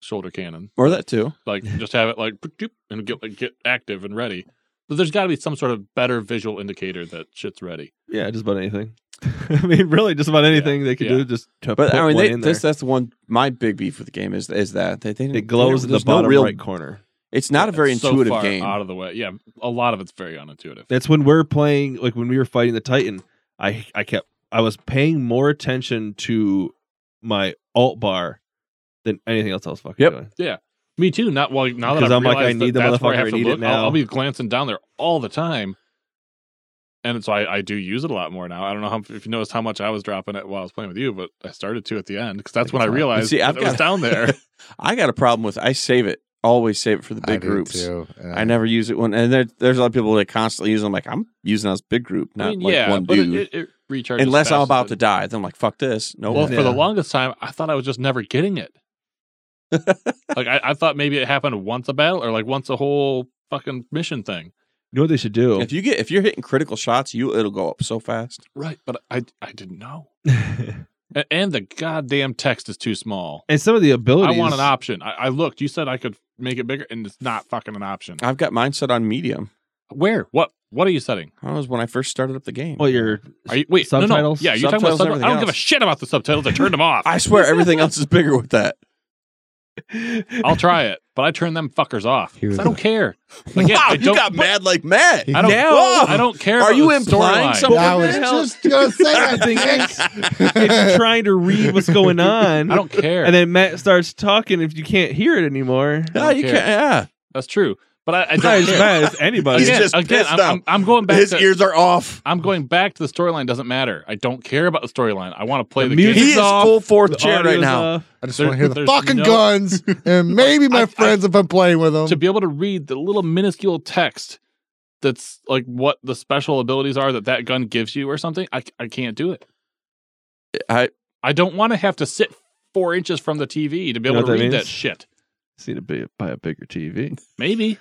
S2: shoulder cannon,
S4: or that too.
S2: like just have it like doop, and get like, get active and ready. But there's got to be some sort of better visual indicator that shit's ready.
S3: Yeah, just about anything. I mean, really, just about anything they could
S2: yeah.
S3: do. Just
S2: Uh,
S3: to
S4: But
S3: put
S4: I mean,
S3: one
S4: they,
S3: in
S4: this
S3: there.
S4: that's the one. My big beef with the game is is that they, they didn't-
S3: it glows
S4: they
S3: in the
S4: don't- there's no
S3: bottom
S4: real-
S3: right corner.
S4: It's not a very
S2: It's so
S4: intuitive
S2: far
S4: game.
S2: Out of the way, yeah. A lot of it's very unintuitive.
S3: That's when we're playing. Like when we were fighting the Titan, I I kept I was paying more attention to my alt bar than anything else I was fucking
S4: Yep.
S3: doing.
S2: Me too. Not well. Now that
S3: Because
S2: I've
S3: I'm like, I
S2: realized that
S3: need the
S2: that's where I
S3: motherfucker,
S2: have
S3: I
S2: to
S3: need it
S2: look, I'll, I'll
S3: now.
S2: be glancing down there all the time. And so I, I do use it a lot more now. I don't know how, if you noticed how much I was dropping it while I was playing with you, but I started to at the end because that's when I
S4: But
S2: realized
S4: see, I've
S2: that it was
S4: got-
S2: down there.
S4: I got a problem with. I save it. Always save it for the
S1: I
S4: big
S1: do
S4: groups.
S1: too, and
S4: I never use it when. And there, there's a lot of people that constantly use. Them. like I'm using this big group, not like one
S2: but it-
S4: dude.
S2: It, it, recharges
S4: Unless I'm
S2: fast.
S4: about to die, then I'm like, fuck this. No,
S2: Well,
S4: way.
S2: for the
S3: Yeah.
S2: longest time, I thought I was just never getting it. like I, I thought maybe it happened once a battle or like once a whole fucking mission thing.
S3: You know what they should do?
S4: If you get if you're hitting critical shots, you it'll go up so fast.
S2: Right, but I I didn't know. And, and the goddamn text is too small.
S3: and some of the
S2: I
S3: abilities.
S2: want an option. I, I looked. You said I could make it bigger, and it's not fucking an option.
S4: I've got mine set on medium.
S2: Where? What? What are you setting?
S4: I was when I first started up the game.
S3: Well, your
S2: Are you wait? No, no.
S3: Subtitles?
S2: Yeah, you talking about
S4: Subtitles and
S2: subtitles? I don't
S4: everything
S2: give a
S4: else.
S2: shit about the subtitles. I turned them off.
S4: I swear everything else is bigger with that.
S2: I'll try it, but I turned them fuckers off. 'cause I don't care. Again,
S4: wow,
S2: I
S4: you
S2: don't-
S4: got mad like mad.
S2: I don't.
S4: Whoa!
S2: I don't care.
S4: Are
S2: about
S4: you
S2: the
S4: implying
S2: storyline.
S4: something?
S1: I was
S4: What the hell?
S1: just gonna say
S4: I
S1: that.
S4: think
S3: it's
S1: Dicks.
S3: trying to read what's going on.
S2: I don't care.
S3: And then Matt starts talking. If you can't hear it anymore,
S4: No,
S2: I don't
S4: you
S2: care.
S4: can't. Yeah,
S2: That's true. But I, I
S3: not
S2: don't
S3: as
S2: care.
S3: bad as anybody.
S4: He's
S2: Again,
S4: just
S2: again,
S4: pissed
S2: I'm, I'm,
S4: now.
S2: I'm going back.
S4: his
S2: to,
S4: ears are off.
S2: I'm going back to the storyline. Doesn't matter. I don't care about the storyline. I want to play
S3: The
S2: the,
S3: music-
S4: He
S2: game.
S4: is
S3: off,
S4: full fourth
S3: The
S4: chair right
S3: audio's
S2: uh,
S3: uh,
S4: now.
S3: off.
S1: I just
S2: There-
S1: want to hear the
S2: there's
S1: fucking
S2: no-
S1: guns and maybe my
S2: I- I-
S1: friends if I'm playing with them.
S2: To be able to read the little minuscule text that's like what the special abilities are that that gun gives you or something. I I can't do it.
S4: I
S2: I don't want to have to sit four inches from the TV to be
S3: You know
S2: able
S3: what
S2: to
S3: that
S2: read
S3: means?
S2: that shit.
S3: Just need to be, buy a bigger TV.
S2: Maybe,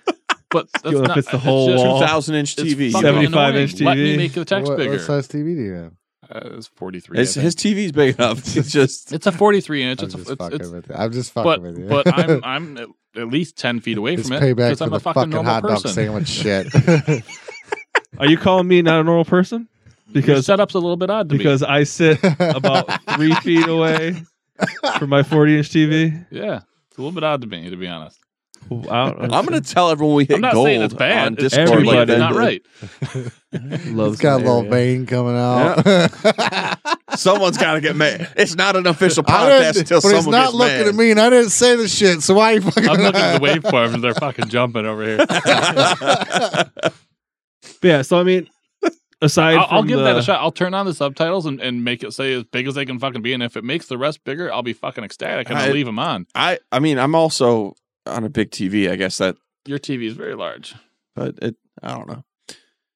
S2: but that's
S3: know, if
S2: not,
S3: it's the whole
S2: just-
S3: wall,
S4: thousand inch
S2: it's
S4: TV.
S2: fucking
S3: 75
S2: annoying.
S3: inch
S2: Let me
S3: TV.
S2: make the text
S1: what,
S2: bigger.
S1: what size TV do you have?
S2: Uh, it's forty three.
S4: His, his TV's big enough. It's just
S2: It's a 43 inch.
S1: I'm
S2: It's
S1: just
S2: a, it's,
S1: fucking
S2: it's,
S1: with you. I'm just fucking
S2: but
S1: with you.
S2: but I'm I'm at- at least 10 feet away
S1: it's
S2: from it
S1: payback
S2: because
S1: for
S2: I'm
S1: the
S2: a fucking,
S1: fucking,
S2: normal
S1: hot dog
S2: person.
S1: sandwich shit.
S3: Are you calling me not a normal person?
S2: Your
S3: Because
S2: setup's a little bit odd to
S3: because I sit about three feet away from my 40 inch TV.
S2: me. Yeah, it's a little bit odd to me to be honest.
S3: Wow.
S4: I'm gonna tell everyone we hit
S2: I'm not
S4: gold
S2: saying it's bad.
S4: on
S2: It's,
S4: Discord.
S2: to me,
S3: like
S2: it's
S3: they
S2: not
S4: did.
S2: right.
S3: Loves
S1: it's got a
S3: that
S1: little
S3: area.
S1: vein coming out.
S4: Someone's gotta get mad. It's not an official
S1: I
S4: podcast
S1: didn't-
S4: until
S1: but
S4: someone
S1: he's not
S4: gets
S1: looking
S4: mad.
S1: at me, and I didn't say the shit. So why are you fucking?
S2: I'm looking at the waveform and they're fucking jumping over here.
S3: But yeah. So I mean, aside,
S2: I'll, I'll
S3: from
S2: give
S3: the,
S2: that a shot. I'll turn on the subtitles and, and make it say as big as they can fucking be. And if it makes the rest bigger, I'll be fucking ecstatic and I'll
S4: I-
S2: leave them on.
S4: I I mean I'm also on a big TV. I guess that,
S2: Your TV is very large.
S4: but it I don't know.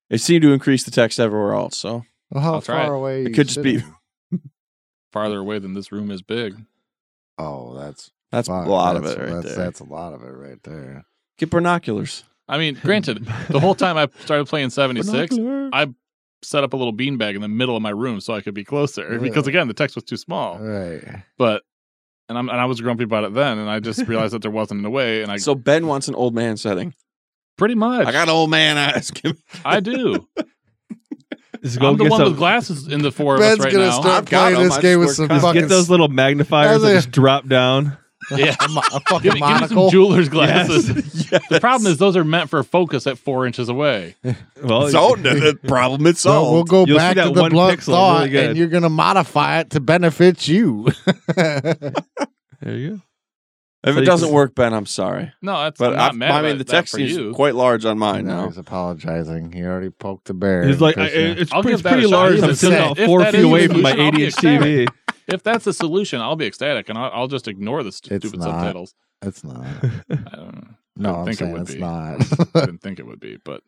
S4: It seemed to increase the text everywhere else. So
S1: Well, how
S2: That's
S1: far
S2: right.
S1: away?
S4: it
S1: you
S4: could just be
S1: sitting?
S2: farther away than this room is big.
S1: Oh, that's
S4: that's
S1: fuck,
S4: a lot of
S1: that's-
S4: it right
S1: that's,
S4: there.
S1: That's a lot of it right there.
S4: Get binoculars.
S2: I mean, granted, the whole time I started playing 76,
S4: Binoculars.
S2: I set up a little beanbag in the middle of my room so I could be closer
S1: Yeah.
S2: because again, the text was too
S1: Uh-huh.
S2: small.
S1: Right.
S2: But and I'm and I was grumpy about it then, and I just realized that there wasn't a way, and I
S4: so Ben wants an old man setting.
S2: pretty much
S4: I got old man eyes. Give me-
S2: I do.
S3: Just
S2: I'm the
S3: get
S2: one
S3: some-
S2: with glasses in the four of
S1: Ben's
S2: us right
S1: gonna
S2: now.
S1: start
S4: I've got
S1: playing
S4: them.
S1: this
S4: I
S1: game with some
S4: swear to God.
S1: fucking
S3: Get those little magnifiers
S1: How's
S3: that
S1: it-
S3: just drop down.
S2: yeah,
S1: a, mo- a fucking
S2: give me, give me some
S1: monocle.
S2: jeweler's glasses.
S4: Yes.
S2: The problem is those are meant for focus at four inches away. Oh,
S3: Well,
S4: so the the problem it's
S1: so we'll
S4: solved.
S1: go
S3: You'll see
S1: back
S3: that
S1: to the
S3: one
S1: blunt
S3: pixel
S1: thought,
S3: really good.
S1: and you're gonna modify it to benefit you.
S3: there you go.
S4: if
S3: So
S4: it
S3: you
S4: doesn't
S3: can-
S4: work, Ben, I'm sorry.
S2: No, that's
S4: But
S2: I'm not
S4: I,
S2: mad
S4: I
S2: about
S4: mean,
S2: it,
S4: the
S2: that
S4: text
S2: for
S4: is
S2: you.
S4: quite large on mine
S1: No,
S4: now.
S1: he's apologizing. He already poked the bear.
S3: He's like, I,
S1: Christian.
S3: it's,
S2: I'll
S3: pre-
S2: give
S3: it's
S2: that a
S3: pretty
S2: shot.
S3: large.
S2: Even
S3: I'm
S2: if
S3: sitting
S2: that-
S3: out
S2: if
S3: four
S2: that
S3: feet
S2: is
S3: away
S2: the
S3: from my
S2: solution, I'll be
S3: ADHD TV.
S2: If that's the solution, I'll be ecstatic and I'll, I'll just ignore the st-
S1: It's
S2: stupid
S1: not.
S2: subtitles.
S1: it's not.
S2: I don't know.
S1: No,
S2: I
S1: I'm
S2: think it
S1: saying
S2: would
S1: it's
S2: be.
S1: not
S2: I
S1: because
S2: didn't think it would be, but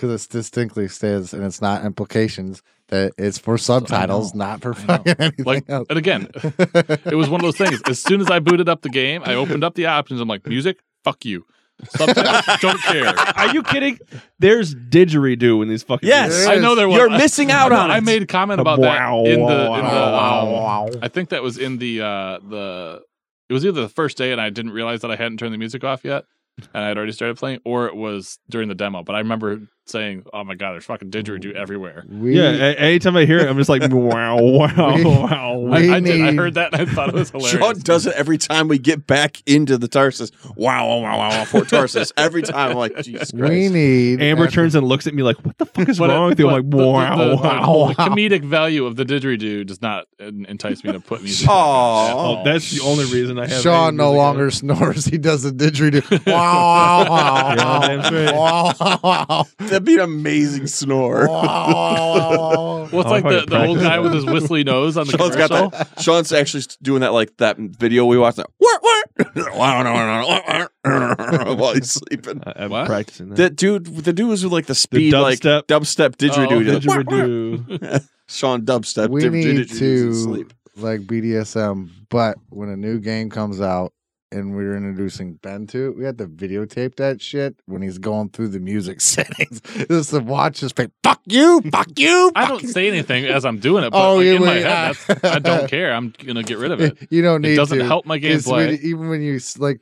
S1: it's distinctly says, and it's not implications that it's for subtitles, not for
S2: I know.
S1: fucking anything
S2: Like-
S1: else.
S2: and again, it was one of those things. As soon as I booted up the game, I opened up the options. I'm like, music, fuck you. Subtitles, don't care.
S3: Are you kidding? There's didgeridoo in these fucking.
S4: Yes.
S2: I know there was.
S4: You're missing out
S2: I know,
S4: on it.
S2: I made a comment about that
S3: Wow,
S2: in the. In
S3: wow,
S2: the um, I think that was in the uh, the. It was either the first day and I didn't realize that I hadn't turned the music off yet, and I had already started playing, or it was during the demo. But I remember saying, "Oh my god, there's fucking didgeridoo everywhere."
S1: we,
S3: Yeah. a- anytime I hear it, I'm just like, wow, wow,
S1: We-
S3: wow.
S2: I,
S1: We
S2: I did. I
S1: need-
S2: heard that. and I thought it was hilarious.
S4: Sean does it every time we get back into the Tarsus. Wow, wow, wow, wow, wow, for Tarsus. Every time, I'm like, Jesus Christ.
S1: we need
S3: Amber turns and looks at me like, what the fuck is
S2: But it-
S3: wrong with you? I'm like,
S2: but the-
S3: wow,
S2: the- the-
S3: wow,
S2: the
S3: wow.
S2: comedic value of the didgeridoo does not en- entice me to put music.
S4: Aw.
S3: Oh, that's the only reason I have.
S1: Sean
S3: any
S1: no
S3: music
S1: longer
S2: "Oh."
S1: snores. He does a didgeridoo. wow, wow, wow,
S3: Yeah, that's right.
S1: wow, wow, wow,
S4: That'd be an amazing snore.
S3: Oh,
S1: wow, wow,
S2: Well, it's
S3: I'll
S2: like the,
S3: fucking
S2: the old
S3: practice
S2: guy
S3: that.
S2: with his whistly nose on the
S4: Sean's got
S2: commercial.
S4: that. Sean's actually doing that like that video we watched. That, what, what? Wow, no, no, no, no, while he's sleeping.
S3: on. I- I'm
S2: What?
S3: practicing that.
S4: The dude, the dude was with like the speed,
S3: dubstep?
S4: like dubstep didgeridoo.
S2: Oh,
S4: He's like, "Wah, wah."
S3: Didgeridoo.
S4: Sean dubstep.
S1: We
S4: did-
S1: need
S4: didgeridoos in
S1: to-
S4: sleep.
S1: like BDSM, but when a new game comes out and we were introducing Ben to it, we had to videotape that shit when he's going through the music settings. Just to watch his face. Fuck you, fuck you.
S2: I
S1: fuck
S2: don't
S1: you."
S2: say anything as I'm doing it, but
S1: Oh,
S2: like,
S1: you
S2: in my
S1: mean,
S2: head,
S1: uh,
S2: that's, I don't care. I'm gonna get rid of it.
S1: You don't need
S2: It doesn't
S1: to.
S2: help my
S1: 'cause when-
S2: gameplay.
S1: even when you s- like,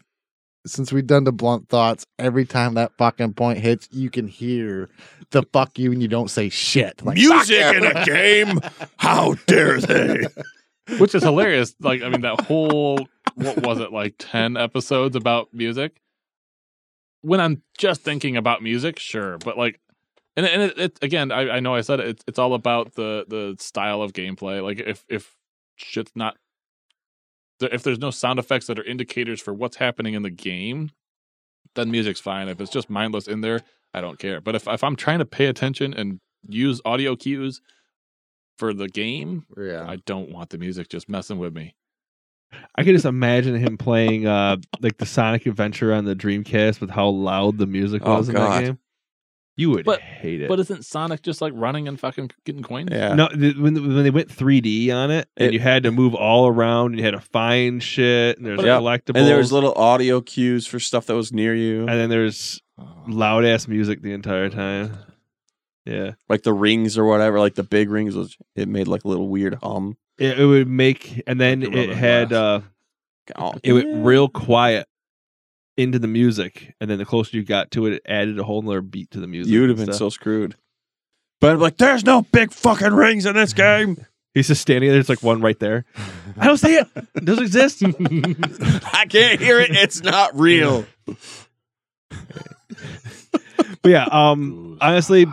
S1: since we've done the blunt thoughts, every time that fucking point hits, you can hear the fuck you, and you don't say shit. Like,
S4: Music in a game? How dare they?
S2: which is hilarious. Like, I mean, that whole what was it like ten episodes about music? When I'm just thinking about music, sure, but like, and and it, it again, I, I know I said it. It's, it's all about the the style of gameplay. Like, if if shit's not, if there's no sound effects that are indicators for what's happening in the game, then music's fine. If it's just mindless in there, I don't care. But if if I'm trying to pay attention and use audio cues for the game
S1: yeah.
S2: I don't want the music just messing with me.
S3: I can just imagine him playing uh like the Sonic Adventure on the Dreamcast with how loud the music
S4: Oh,
S3: was in
S4: God.
S3: that game. You would
S2: But-
S3: hate it.
S2: But isn't Sonic just like running and fucking getting coins?
S4: Yeah.
S3: no, th- when when they went 3D on it, and
S4: It-
S3: you had to move all around, and you had to find shit, and there's
S4: Yeah.
S3: collectibles,
S4: And there was little audio cues for stuff that was near you,
S3: and then there's
S1: Oh,
S3: loud ass music the entire time. Yeah,
S4: like the rings or whatever, like the big rings. Was, it made like a little weird hum.
S3: it, it would make, and then
S2: Like a
S3: it
S2: rubber
S3: had uh,
S2: blast.
S4: Oh,
S3: it
S4: yeah.
S3: went real quiet into the music, and then the closer you got to it, it added a whole nother beat to the music. and
S4: You'd have been
S3: stuff.
S4: so screwed. But I'm like, there's no big fucking rings in this game.
S3: He's just standing there. There's like one right there. I don't see it. It doesn't exist.
S4: I can't hear it. It's not real.
S3: But yeah, um, honestly,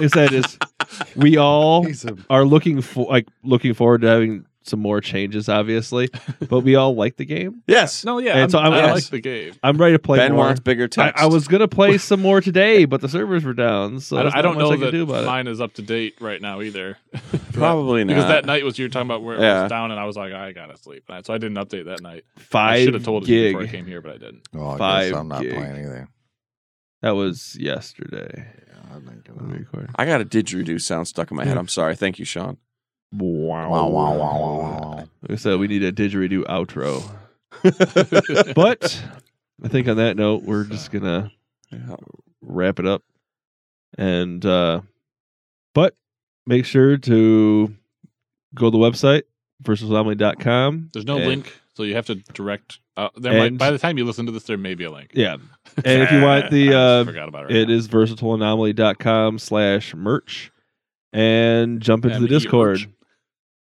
S3: is that is we all
S1: He's a
S3: are looking for like looking forward to having some more changes, obviously. But we all like the game.
S4: Yes.
S2: No, yeah.
S3: And
S2: I'm,
S3: so I'm-
S2: I
S4: yes.
S2: like the game.
S3: I'm ready to play
S4: ben
S3: more.
S4: wants bigger
S3: I,
S4: text.
S3: I was gonna play some more today, but the servers were down, so
S2: I,
S3: there's
S2: I
S3: not
S2: don't
S3: much
S2: know
S3: I can
S2: that
S3: do about it.
S2: mine is up to date right now either.
S4: probably not.
S2: Because that night was you were talking about where it
S4: Yeah.
S2: was down, and I was like, I gotta sleep. And I- So I didn't update that night. I should have
S3: Five
S2: told you before I
S3: gig.
S2: came here, but I didn't.
S1: Oh, I
S3: Five
S1: guess I'm not
S3: gig.
S1: playing either.
S3: That was yesterday.
S1: Yeah. I'm not
S3: I'm
S1: gonna.
S3: recording.
S4: I got a didgeridoo sound stuck in my head. I'm sorry. Thank you, Sean.
S3: Wow.
S1: Wow, wow, wow, wow, wow.
S3: Like I said, we need a didgeridoo outro. but I think on that note, we're just gonna
S4: Yeah.
S3: wrap it up. And uh but make sure to go to the website versusanomaly.com.
S2: There's no
S3: and,
S2: link, so you have to direct. Uh, there might,
S3: And-
S2: by the time you listen to this, there may be a link.
S3: Yeah. And if you want
S2: I
S3: the
S2: just
S3: uh
S2: forgot about it.
S3: it is versatileanomaly.com slash merch and jump into the
S2: M-E-R-C.
S3: Discord.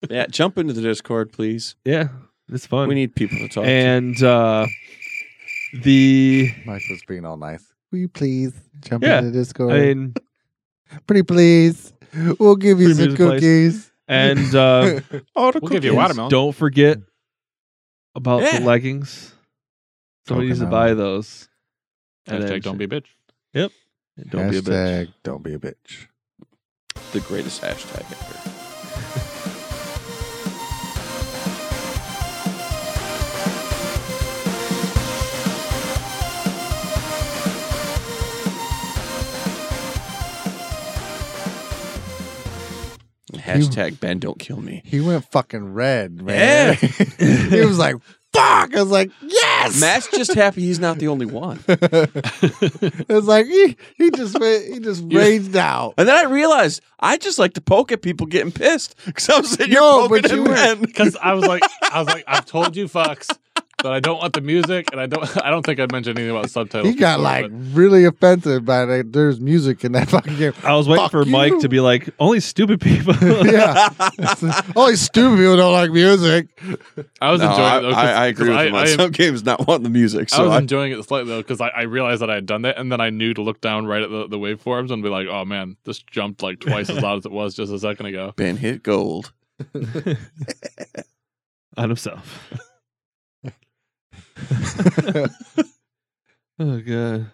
S4: yeah, jump into the Discord, please.
S3: Yeah. It's fun.
S4: We need people to talk. to.
S3: and uh the
S1: Mike was being all nice. Will you please jump
S3: Yeah,
S1: into the Discord?
S3: I mean
S1: Pretty please. We'll give you some
S3: Pretty please.
S1: cookies.
S3: and uh
S4: oh, the
S2: We'll give you a
S4: cookies.
S2: watermelon.
S3: Don't forget about
S4: Yeah.
S3: the leggings. Somebody needs to
S1: Coconut.
S3: buy those. And then-
S2: Hashtag don't be a bitch.
S3: don't be a bitch.
S1: Hashtag Don't be a bitch.
S4: The greatest hashtag ever. And Hashtag Ben, don't kill me.
S1: He went fucking red, man. he was like, "Fuck!" I was like, "Yes."
S4: Matt's just happy he's not the only one.
S1: it was like he, he just went- he just
S4: You-
S1: raged out.
S4: And then I realized I just like to poke at people getting pissed because I'm sitting here
S1: No,
S4: poking
S1: but you
S4: at
S1: were-
S4: men.
S2: Because I was like, I was like, I've told you fucks, but I don't want the music, and I don't, I don't think I mentioned anything about subtitles.
S1: He got
S2: before,
S1: like
S2: but-
S1: really offended by that. There's music in that fucking game.
S3: I was waiting
S1: Fuck
S3: for Mike
S1: you.
S3: to be like, only stupid people.
S1: yeah, only stupid people don't like music.
S2: I was
S4: No,
S2: enjoying.
S4: I,
S2: it, though, 'cause-
S4: I, I agree with
S2: I-
S4: him on
S2: I-
S4: some games not wanting the music.
S2: I
S4: So
S2: was
S4: I,
S2: enjoying it slightly though because I, I realized that I had done that, and then I knew to look down right at the, the waveforms and be like, "Oh man, this jumped like twice as loud as it was just a second ago."
S4: Ben hit gold.
S3: On himself. oh god.